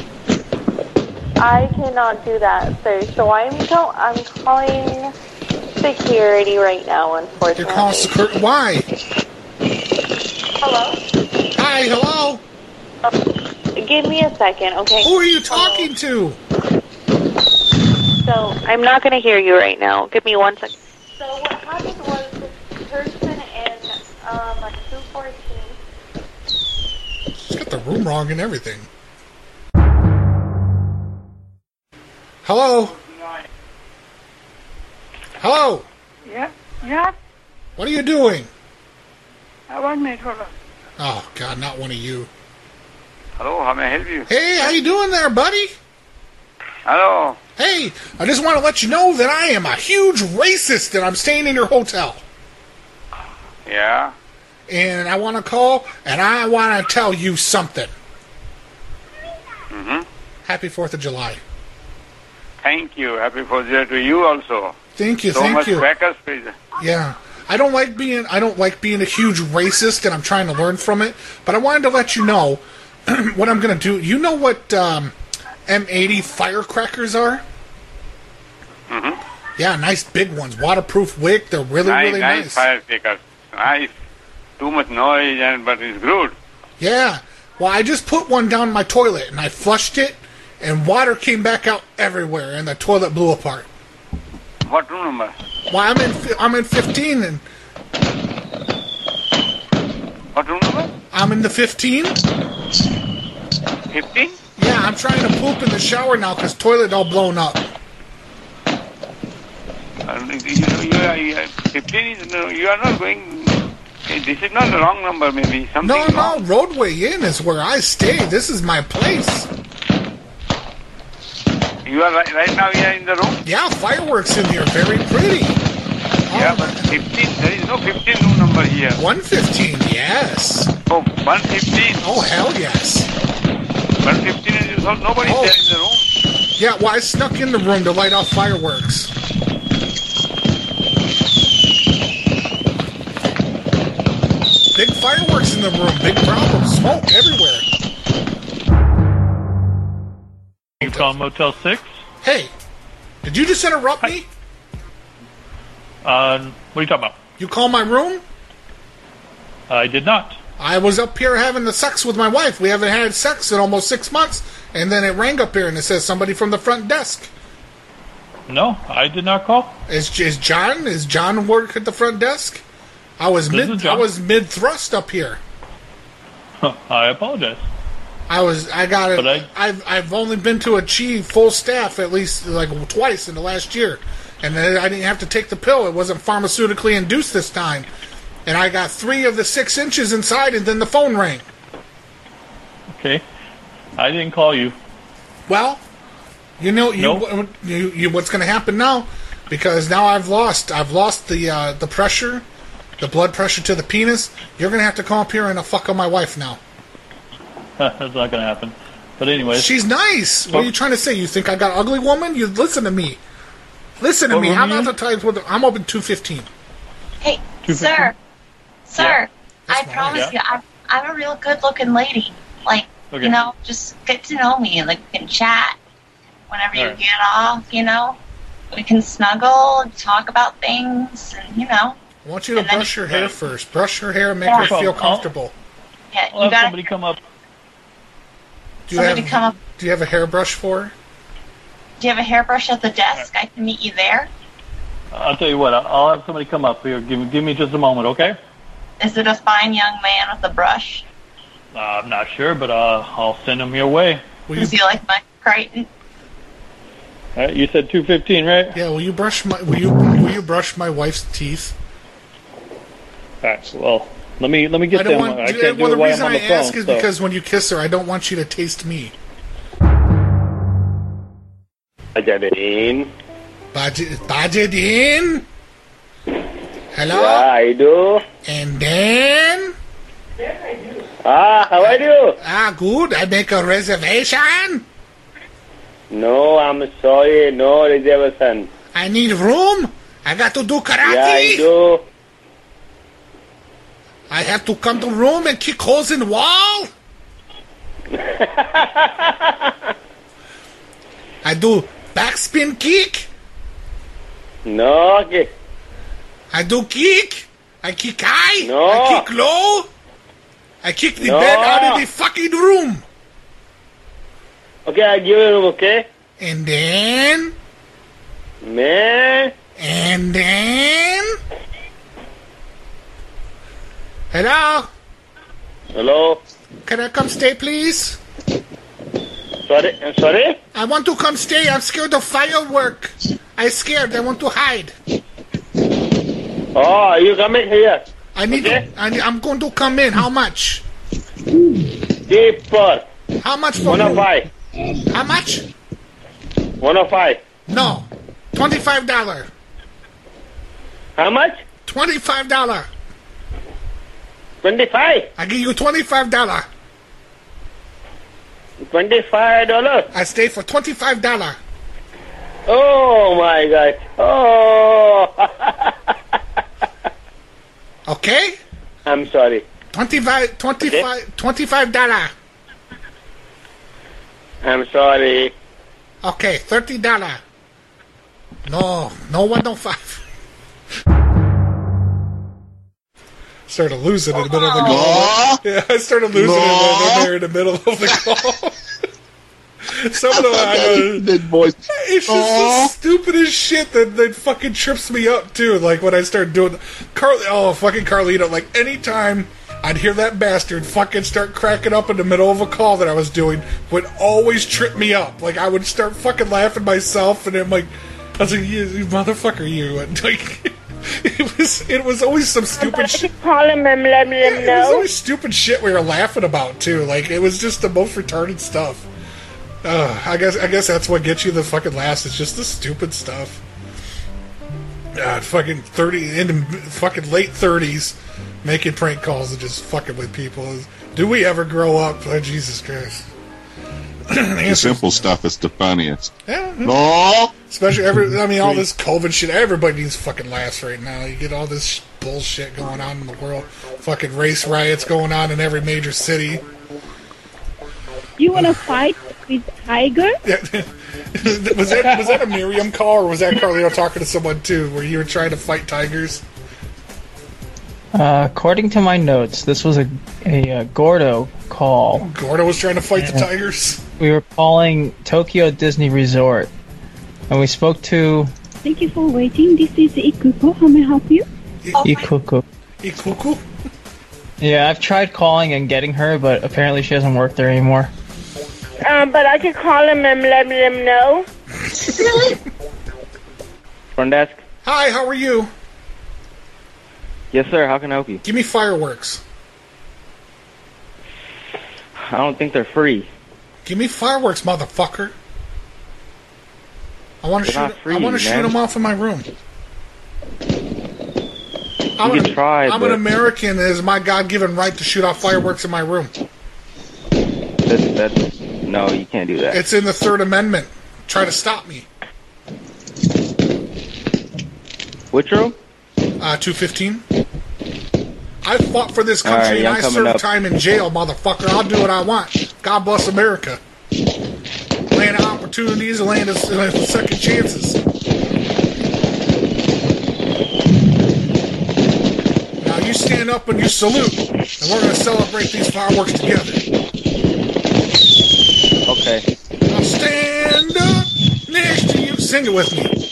I cannot do that, sir. So I'm co- I'm calling security right now, unfortunately.
You're calling security. Why?
Hello. Oh,
Hi. Hello.
Give me a second, okay?
Who are you talking to?
So I'm not going to hear you right now. Give me one second. So what happened was this person in um, 214.
She's got the room wrong and everything. Hello. Hello.
Yeah, yeah.
What are you doing?
Uh, One minute, hold on.
Oh God, not one of you.
Hello, how may I help you?
Hey, how you doing there, buddy?
Hello.
Hey, I just want to let you know that I am a huge racist and I'm staying in your hotel.
Yeah.
And I want to call and I want to tell you something.
Mm-hmm.
Happy 4th of July.
Thank you. Happy Fourth Day to you also.
Thank you,
so
thank
much
you.
crackers, please.
Yeah. I don't like being I don't like being a huge racist and I'm trying to learn from it, but I wanted to let you know what I'm going to do. You know what um, M80 firecrackers are?
Mm-hmm.
Yeah, nice big ones, waterproof wick. They're really
nice,
really
nice,
nice.
fire pickers. Nice. Too much noise, and but it's good.
Yeah. Well, I just put one down my toilet and I flushed it, and water came back out everywhere, and the toilet blew apart.
What room number?
Well, I'm in fi- I'm in 15, and
What room number?
I'm in the 15. Yeah,
Fifteen.
I'm trying to poop in the shower now because toilet all blown up.
And Uh, you, know, you, are, you are, Fifteen is no. You are not going. eh, This is not the wrong number. Maybe something.
No, no, roadway in is where I stay. This is my place.
You are right, right now. You are in the room.
Yeah, fireworks in here, very pretty.
Yeah, but 15, there is no 15 room number here.
115, yes.
Oh, 115.
Oh, hell yes. Oh,
115 is so nobody there in the room.
Yeah, well, I snuck in the room to light off fireworks. Big fireworks in the room, big problem, smoke everywhere.
on Motel 6.
Hey, did you just interrupt me?
Uh, what are you talking about?
You call my room?
I did not.
I was up here having the sex with my wife. We haven't had sex in almost six months, and then it rang up here and it says somebody from the front desk.
No, I did not call.
Is, is John? Is John work at the front desk? I was
This is
mid. I
John.
was mid thrust up here.
I apologize.
I was. I got it.
But I-
I've I've only been to achieve full staff at least like twice in the last year, and then I didn't have to take the pill. It wasn't pharmaceutically induced this time, and I got three of the six inches inside, and then the phone rang.
Okay. I didn't call you.
Well, you know, you,
Nope.
you, you what's going to happen now? Because now I've lost, I've lost the uh, the pressure, the blood pressure to the penis. You're going to have to come up here and uh, fuck on my wife now.
That's not going to happen. But anyway.
She's nice. What are you trying to say? You think I got an ugly woman? You listen to me. Listen to
What
me.
room
I'm
are you
not the type with. I'm open two fifteen.
Hey, sir, sir, I promise
Yeah.
you, I'm, I'm a real good-looking lady. Like,
Okay.
you know, just get to know me. Like, we can chat whenever you
Alright.
get off. You know, we can snuggle and talk about things, and you know,
I want you to brush your hair first. Brush her hair and make
Yeah.
her feel
Well, I'll-
comfortable.
yeah,
I'll
you
have
got
somebody come up.
Do you
somebody
have
come up.
Do you have a hairbrush for her?
Do you have a hairbrush at the desk? I can meet you there.
I'll tell you what. I'll, I'll have somebody come up here. Give me, give me just a moment, okay?
Is it a fine young man with a brush?
Uh, I'm not sure, but uh, I'll send them your way.
Is he like Mike Crichton?
All right, you said 215, right?
Yeah. Will you brush my? Will you? Will you brush my wife's teeth?
All right. Well, let me let me
I
get
don't
them.
want.
I can't
well,
do it
the
while
reason
I'm on
I
the phone.
ask is
so-
because when you kiss her, I don't want you to taste me.
Jadeen.
Baj- Bajadin. Hello.
Yeah, I do.
And then.
Ah, how are you?
Ah, good. I make a reservation.
No, I'm sorry, no reservation.
I need room. I got to do karate.
Yeah, I do.
I have to come to room and kick holes in wall. I do backspin kick.
No, okay.
I do kick. I kick high.
No.
I kick low. I kick the
No.
bed out of the fucking room.
Okay, I give you room, okay?
And then.
Man.
And then. Hello.
Hello.
Can I come stay, please?
Sorry, I'm sorry?
I want to come stay. I'm scared of firework. I scared. I want to hide.
Oh, you coming here?
I need. To, I, I'm going to come in. How much?
Deeper.
How much for you?
105.
How much?
105.
No, twenty-five dollar.
How much?
Twenty-five dollar.
25?
I give you twenty-five dollar.
Twenty-five dollar.
I stay for twenty-five dollar.
Oh my god. Oh.
Okay.
I'm sorry.
25 25 25 dollar.
I'm sorry.
Okay, thirty dollar. No, no one don't five. Started losing in the middle of the call. Yeah, I started losing it when they're in the middle of the call. Some of them I know.
voice.
It's just the stupidest shit that, that fucking trips me up too. Like when I start doing Carly, oh fucking Carlito. Like anytime I'd hear that bastard fucking start cracking up in the middle of a call that I was doing would always trip me up. Like I would start fucking laughing myself, and I'm like, I was like, you, you motherfucker, you. And like it was, it was always some stupid shit.
Call him and let him
It was
know.
always stupid shit we were laughing about too. Like it was just the most retarded stuff. Uh, I guess I guess that's what gets you the fucking last. It's just the stupid stuff. God, fucking thirty in fucking late thirties, making prank calls and just fucking with people. Do we ever grow up? Oh, Jesus Christ!
The simple stuff is the funniest.
Yeah.
No.
Especially every. I mean, all this COVID shit. Everybody needs fucking laughs right now. You get all this sh- bullshit going on in the world. Fucking race riots going on in every major city.
You want to fight?
with tiger?
was that was that a Miriam call or was that Carlito talking to someone too? Where you were trying to fight tigers?
Uh, according to my notes, this was a, a, uh Gordo call.
Gordo was trying to fight the
Yeah.
tigers.
We were calling Tokyo Disney Resort, and we spoke to
Thank you for waiting. This is Ikuko. How may I help you?
Oh,
Ikuko.
Ikuku.
Yeah, I've tried calling and getting her, but apparently she doesn't work there anymore.
Um, but I can call him and let him know. really?
Front desk.
Hi, how are you?
Yes, sir. How can I help you?
Give me fireworks.
I don't think they're free.
Give me fireworks, motherfucker. I want to
They're
shoot.
not free,
I want to shoot
man.
them off in my room.
you can try,
I'm
but
an American. It is my God-given right to shoot off fireworks in my room.
That's, that's, no, you can't do that.
It's in the Third Amendment. Try to stop me.
Which room?
Uh, 215. I fought for this
All right,
country and
I'm
I
coming
served
up.
time in jail, motherfucker. I'll do what I want. God bless America. Land of opportunities, land of land of second chances. Now you stand up and you salute, and we're going to celebrate these fireworks together.
Okay.
Now stand up next to you. Sing it with me.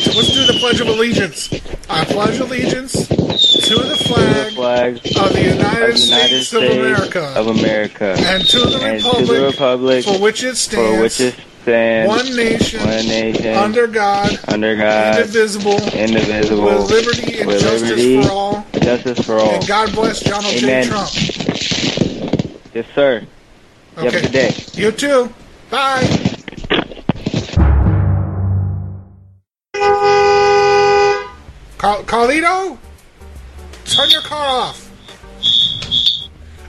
So let's do the Pledge of Allegiance. I pledge allegiance to the flag
Flag
of the United,
of the United
States, of America
of America.
Uh, and to the
And
republic,
to the republic
for which it stands,
for which it stands,
one nation,
one nation,
under God,
under God,
indivisible,
indivisible,
with liberty and
with
justice
liberty,
for all.
justice for all.
And God bless Donald
Amen.
J. Trump.
Yes, sir. You have a
Okay.
good day.
You too. Bye. Car- Carlito, turn your car off.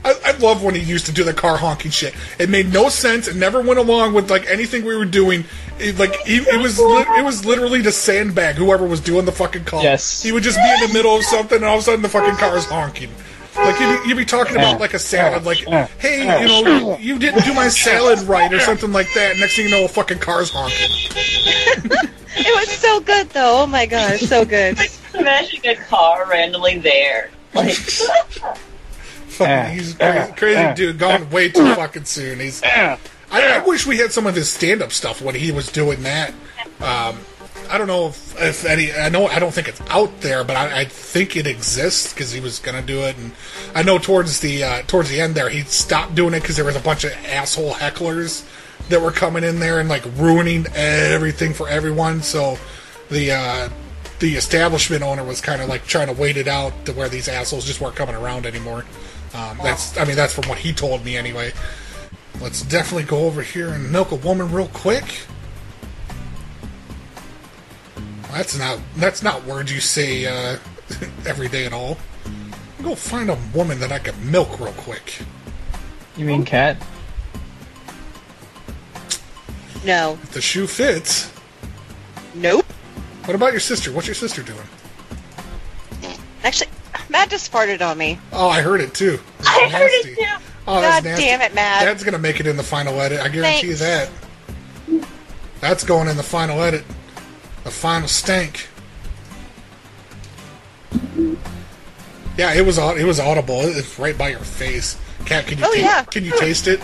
I-, I love when he used to do the car honking shit. It made no sense. It never went along with like anything we were doing. It, like it, it was, li- it was literally to sandbag whoever was doing the fucking call.
Yes.
he would just be in the middle of something, and all of a sudden the fucking car is honking. Like you'd be, you'd be talking about like a salad, like hey, you know, you didn't do my salad right or something like that. Next thing you know, a fucking car's honking.
It was so good, though. Oh my god, so good.
Smashing a car randomly there. Like,
Fucking, he's a crazy, crazy dude, gone way too fucking soon. He's. I, I wish we had some of his stand-up stuff when he was doing that. Um, I don't know if, if any. I know I don't think it's out there, but I, I think it exists because he was gonna do it. And I know towards the uh, towards the end there, he stopped doing it because there was a bunch of asshole hecklers that were coming in there and like ruining everything for everyone. So the uh, the establishment owner was kind of like trying to wait it out to where these assholes just weren't coming around anymore. Um, that's, I mean, that's from what he told me anyway. Let's definitely go over here and milk a woman real quick. That's not that's not words you say uh, every day at all. Go find a woman that I can milk real quick.
You mean cat?
No.
If the shoe fits.
Nope.
What about your sister? What's your sister doing?
Actually, Matt just farted on me.
Oh, I heard it too.
I heard it too.
Oh,
God
that's nasty.
damn it, Matt.
That's gonna make it in the final edit. I guarantee
Thanks.
that. That's going in the final edit. The final stank. Yeah, it was au- it was audible. It- It's right by your face. Cat, can you
Oh,
ta-
yeah.
can you taste it?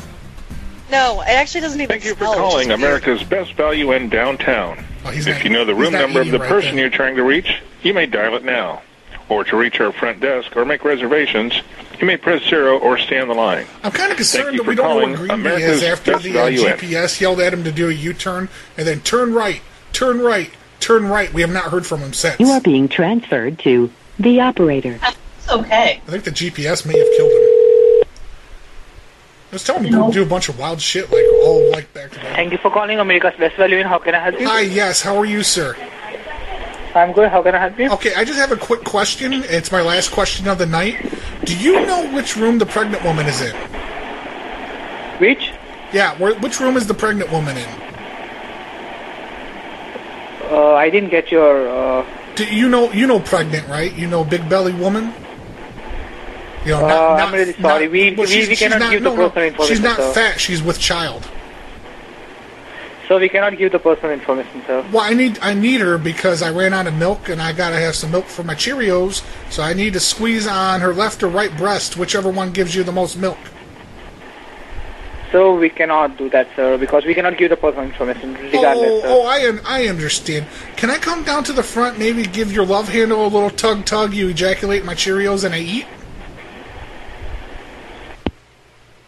No, it actually doesn't even Thank you smell.
Calling America's Best Value in Downtown. if you know the
Oh, he's
room
not
number of
eating
the
right
person
then.
you're trying to reach, you may dial it now. Or to reach our front desk or make reservations, you may press zero or stay on the line.
I'm kind of concerned
you
that we
for
don't know
calling
what Green Bay
America's
is after
Best
the uh,
Value App.
GPS yelled at him to do a U-turn and then turn right, turn right, turn right. We have not heard from him since.
You are being transferred to the operator.
it's okay.
I think the GPS may have killed him. I was telling him to do a bunch of wild shit, like all like back to back.
Thank you for calling America's Best Value. How can I help you?
Hi, yes. How are you, sir?
I'm good. How can I help you?
Okay, I just have a quick question. It's my last question of the night. Do you know which room the pregnant woman is in?
Which?
Yeah, where, which room is the pregnant woman in?
Uh, I didn't get your. Uh,
Do you know you know pregnant, right? You know big belly woman. You know,
Uh, I'm really sorry. We- we-
well, she's-
we
she's
cannot
not-
give the
no, no,
personal information,
She's not
sir.
fat. She's with child.
So we cannot give the personal information, sir.
Well, I need I need her because I ran out of milk and I gotta have some milk for my Cheerios. So I need to squeeze on her left or right breast, whichever one gives you the most milk.
So we cannot do that, sir, because we cannot give the personal information regardless,
oh, oh, I un- I understand. Can I come down to the front, maybe give your love handle a little tug tug? You ejaculate my Cheerios and I eat.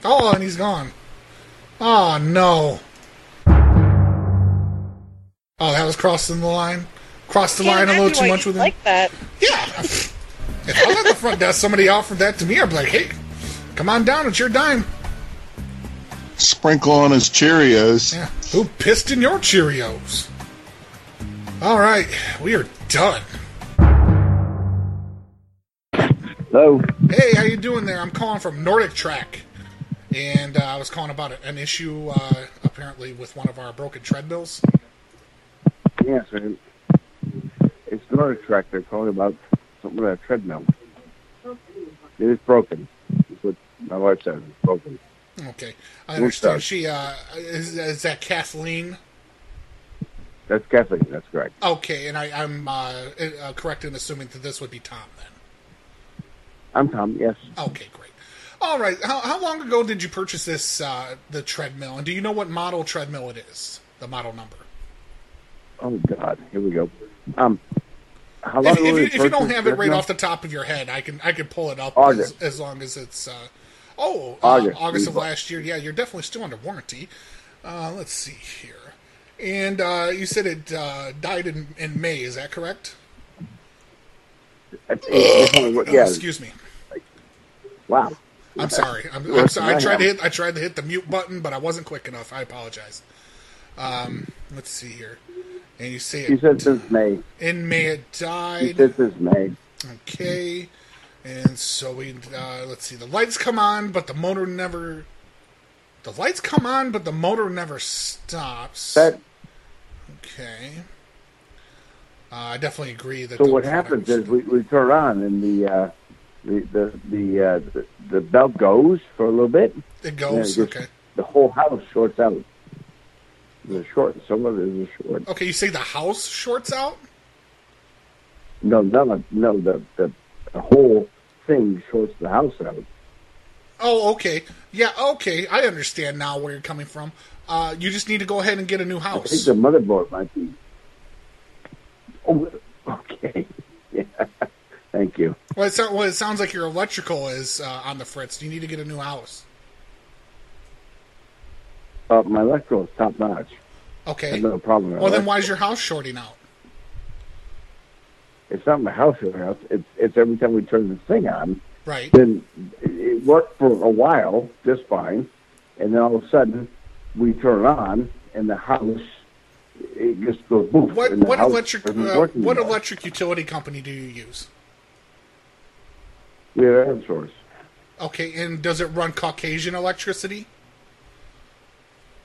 Oh, and he's gone. Oh no. Oh, that was crossing the line. Crossed the line a little too much with him.
like that.
Yeah. If I was at the front desk, somebody offered that to me, I'd be like, "Hey, come on down. It's your dime."
Sprinkle on his Cheerios.
Yeah. Who pissed in your Cheerios? All right, we are done.
Hello.
Hey, how you doing there? I'm calling from Nordic Track, and uh, I was calling about an issue uh, apparently with one of our broken treadmills.
Yes, sir. It's not a track. They're calling about something about a treadmill. It is broken. That's what my wife says. It's broken.
Okay, I
We'll
understand.
start.
She uh, is, is that Kathleen?
That's Kathleen. That's correct.
Okay, and I, I'm uh, uh, correct in assuming that this would be Tom then.
I'm Tom. Yes.
Okay, great. All right. How, how long ago did you purchase this uh, the treadmill? And do you know what model treadmill it is? The model number.
Oh God. Here we go. Um. How long
If, if,
ago
you,
was
if you don't
purchased
have it
this
right
now?
off the top of your head, I can I can pull it up as,
August.
as long as it's uh, oh uh,
August.
August of
We bought-
last year. Yeah, you're definitely still under warranty. Uh, let's see here. And uh, you said it uh, died in, in May. Is that correct?
It's- it's only what-
Oh,
yeah.
Excuse me.
Wow.
I'm sorry. I'm, I'm
Worse
sorry. I
than
tried to
am.
hit. I tried to hit the mute button, but I wasn't quick enough. I apologize. Um, let's see here. And you say
She
it
said since May.
in May it
She
died.
said since May.
Okay. And so we uh, let's see. The lights come on, but the motor never. The lights come on, but the motor never stops.
That-
Okay. Uh, I definitely agree that.
So
the-
what happens is we, we turn on and the uh, the the the, uh, the the belt goes for a little bit.
It goes,
And it
okay.
The whole house shorts out. The short. Some of it is a short.
Okay, you say the house shorts out.
No, none of no the the, the whole thing shorts the house out.
Oh, okay. Yeah, okay. I understand now where you're coming from. Uh, you just need to go ahead and get a new
I think
house.
the motherboard might be. Oh, okay. Yeah. Thank you.
Well, it, sound, well, it sounds like your electrical is uh, on the fritz. You need to get a new house.
Uh, my electrical is top notch. I
Okay.
have no problem. with
Well, then
elec-
why is your house shorting out?
It's not my house or house. It's it's every time we turn this thing on.
Right.
Then it worked for a while just fine, and then all of a sudden we turn it on and the house it just goes boof.
What
and the
what
house
electric
isn't
uh,
working
what
anymore.
electric utility company do you use?
we have air source.
Okay, and does it run Caucasian electricity?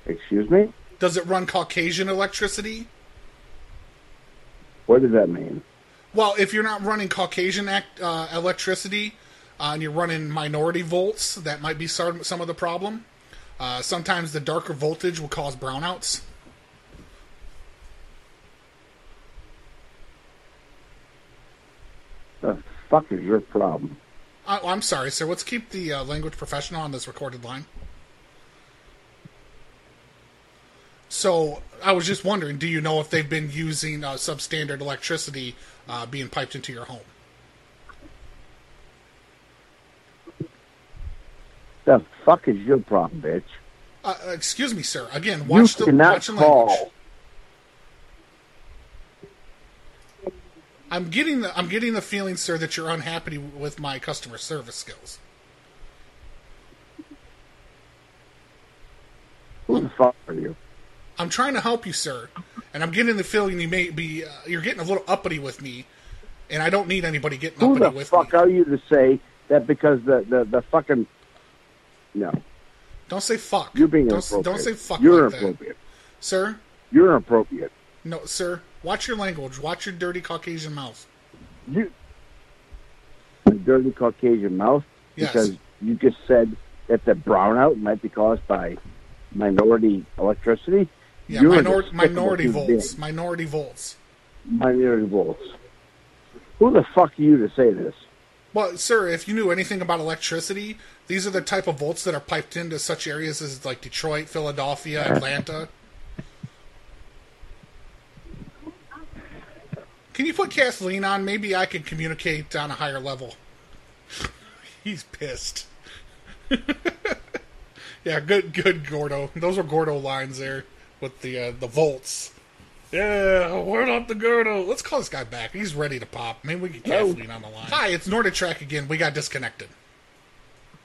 Excuse me.
Does it run Caucasian electricity?
What does that mean?
Well, if you're not running Caucasian act, uh, electricity uh, and you're running minority volts, that might be some, some of the problem. Uh, sometimes the darker voltage will cause brownouts.
The fuck is your problem?
I, Oh, I'm sorry, sir. Let's keep the uh, language professional on this recorded line. So I was just wondering, do you know if they've been using uh, substandard electricity uh, being piped into your home?
The fuck is your problem, bitch?
Uh, uh, excuse me, sir. Again, watch
you
the
cannot
watch the
call.
language. I'm getting the I'm getting the feeling, sir, that you're unhappy with my customer service skills.
Who the fuck are you?
I'm trying to help you, sir, and I'm getting the feeling you may be uh, you're getting a little uppity with me, and I don't need anybody getting
Who
uppity
the
with
fuck
me.
are you to say that because the the, the fucking no?
Don't say fuck.
You're being
Don't-
inappropriate.
don't say fuck
You're
like that.
inappropriate.
Sir,
You're inappropriate.
no, sir. Watch your language. Watch your dirty Caucasian mouth.
You a dirty Caucasian mouth
Yes.
because you just said that the brownout might be caused by minority electricity,
Yeah,
You're a
minor-
despicable
minority
human
volts. Minority volts.
Minority volts. Who the fuck are you to say this?
Well, sir, if you knew anything about electricity, these are the type of volts that are piped into such areas as like Detroit, Philadelphia, Atlanta. Can you put Kathleen on? Maybe I can communicate on a higher level. He's pissed. yeah, good, good Gordo. Those were Gordo lines there with the uh, the volts. Yeah, word up the Gordo. Let's call this guy back. He's ready to pop. Maybe we can get Kathleen on the line. Hi, it's Norditrack again. We got disconnected.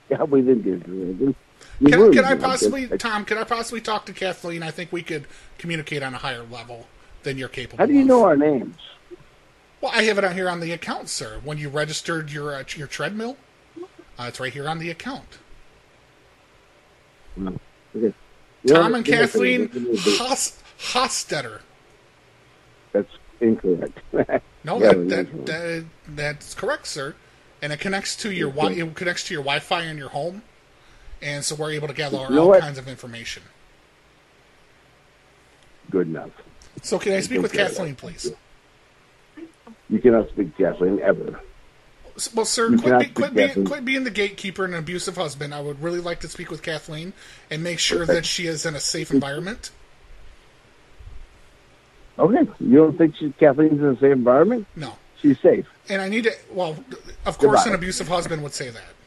Yeah, we didn't do anything. We
Can,
were
can I
doing
possibly,
this.
Tom? Can I possibly talk to Kathleen? I think we could communicate on a higher level than you're capable.
How do you know our names?
Well, I have it on here on the account, sir. When you registered your uh, your treadmill, uh, it's right here on the account.
Okay.
Tom
You're-
and
you're not
Kathleen
gonna do this.
Hos- Hostetter.
That's incorrect.
No,
Yeah,
that,
it is
that,
wrong.
that that's correct, sir. And it connects to your wi- it connects to your Wi-Fi in your home, and so we're able to gather
You
all
know what?
kinds of information.
good enough.
So, can I speak
Take
with
care of
Kathleen,
that.
please?
You cannot speak Kathleen ever.
S- Well, sir,
You
quit, be,
cannot
quit,
speak
being,
Kathleen.
quit being the gatekeeper and an abusive husband. I would really like to speak with Kathleen and make sure that she is in a safe environment.
Okay. You don't think she, Kathleen's in the same environment?
No.
She's safe.
And I need to, well, of course,
Goodbye.
an abusive husband would say that.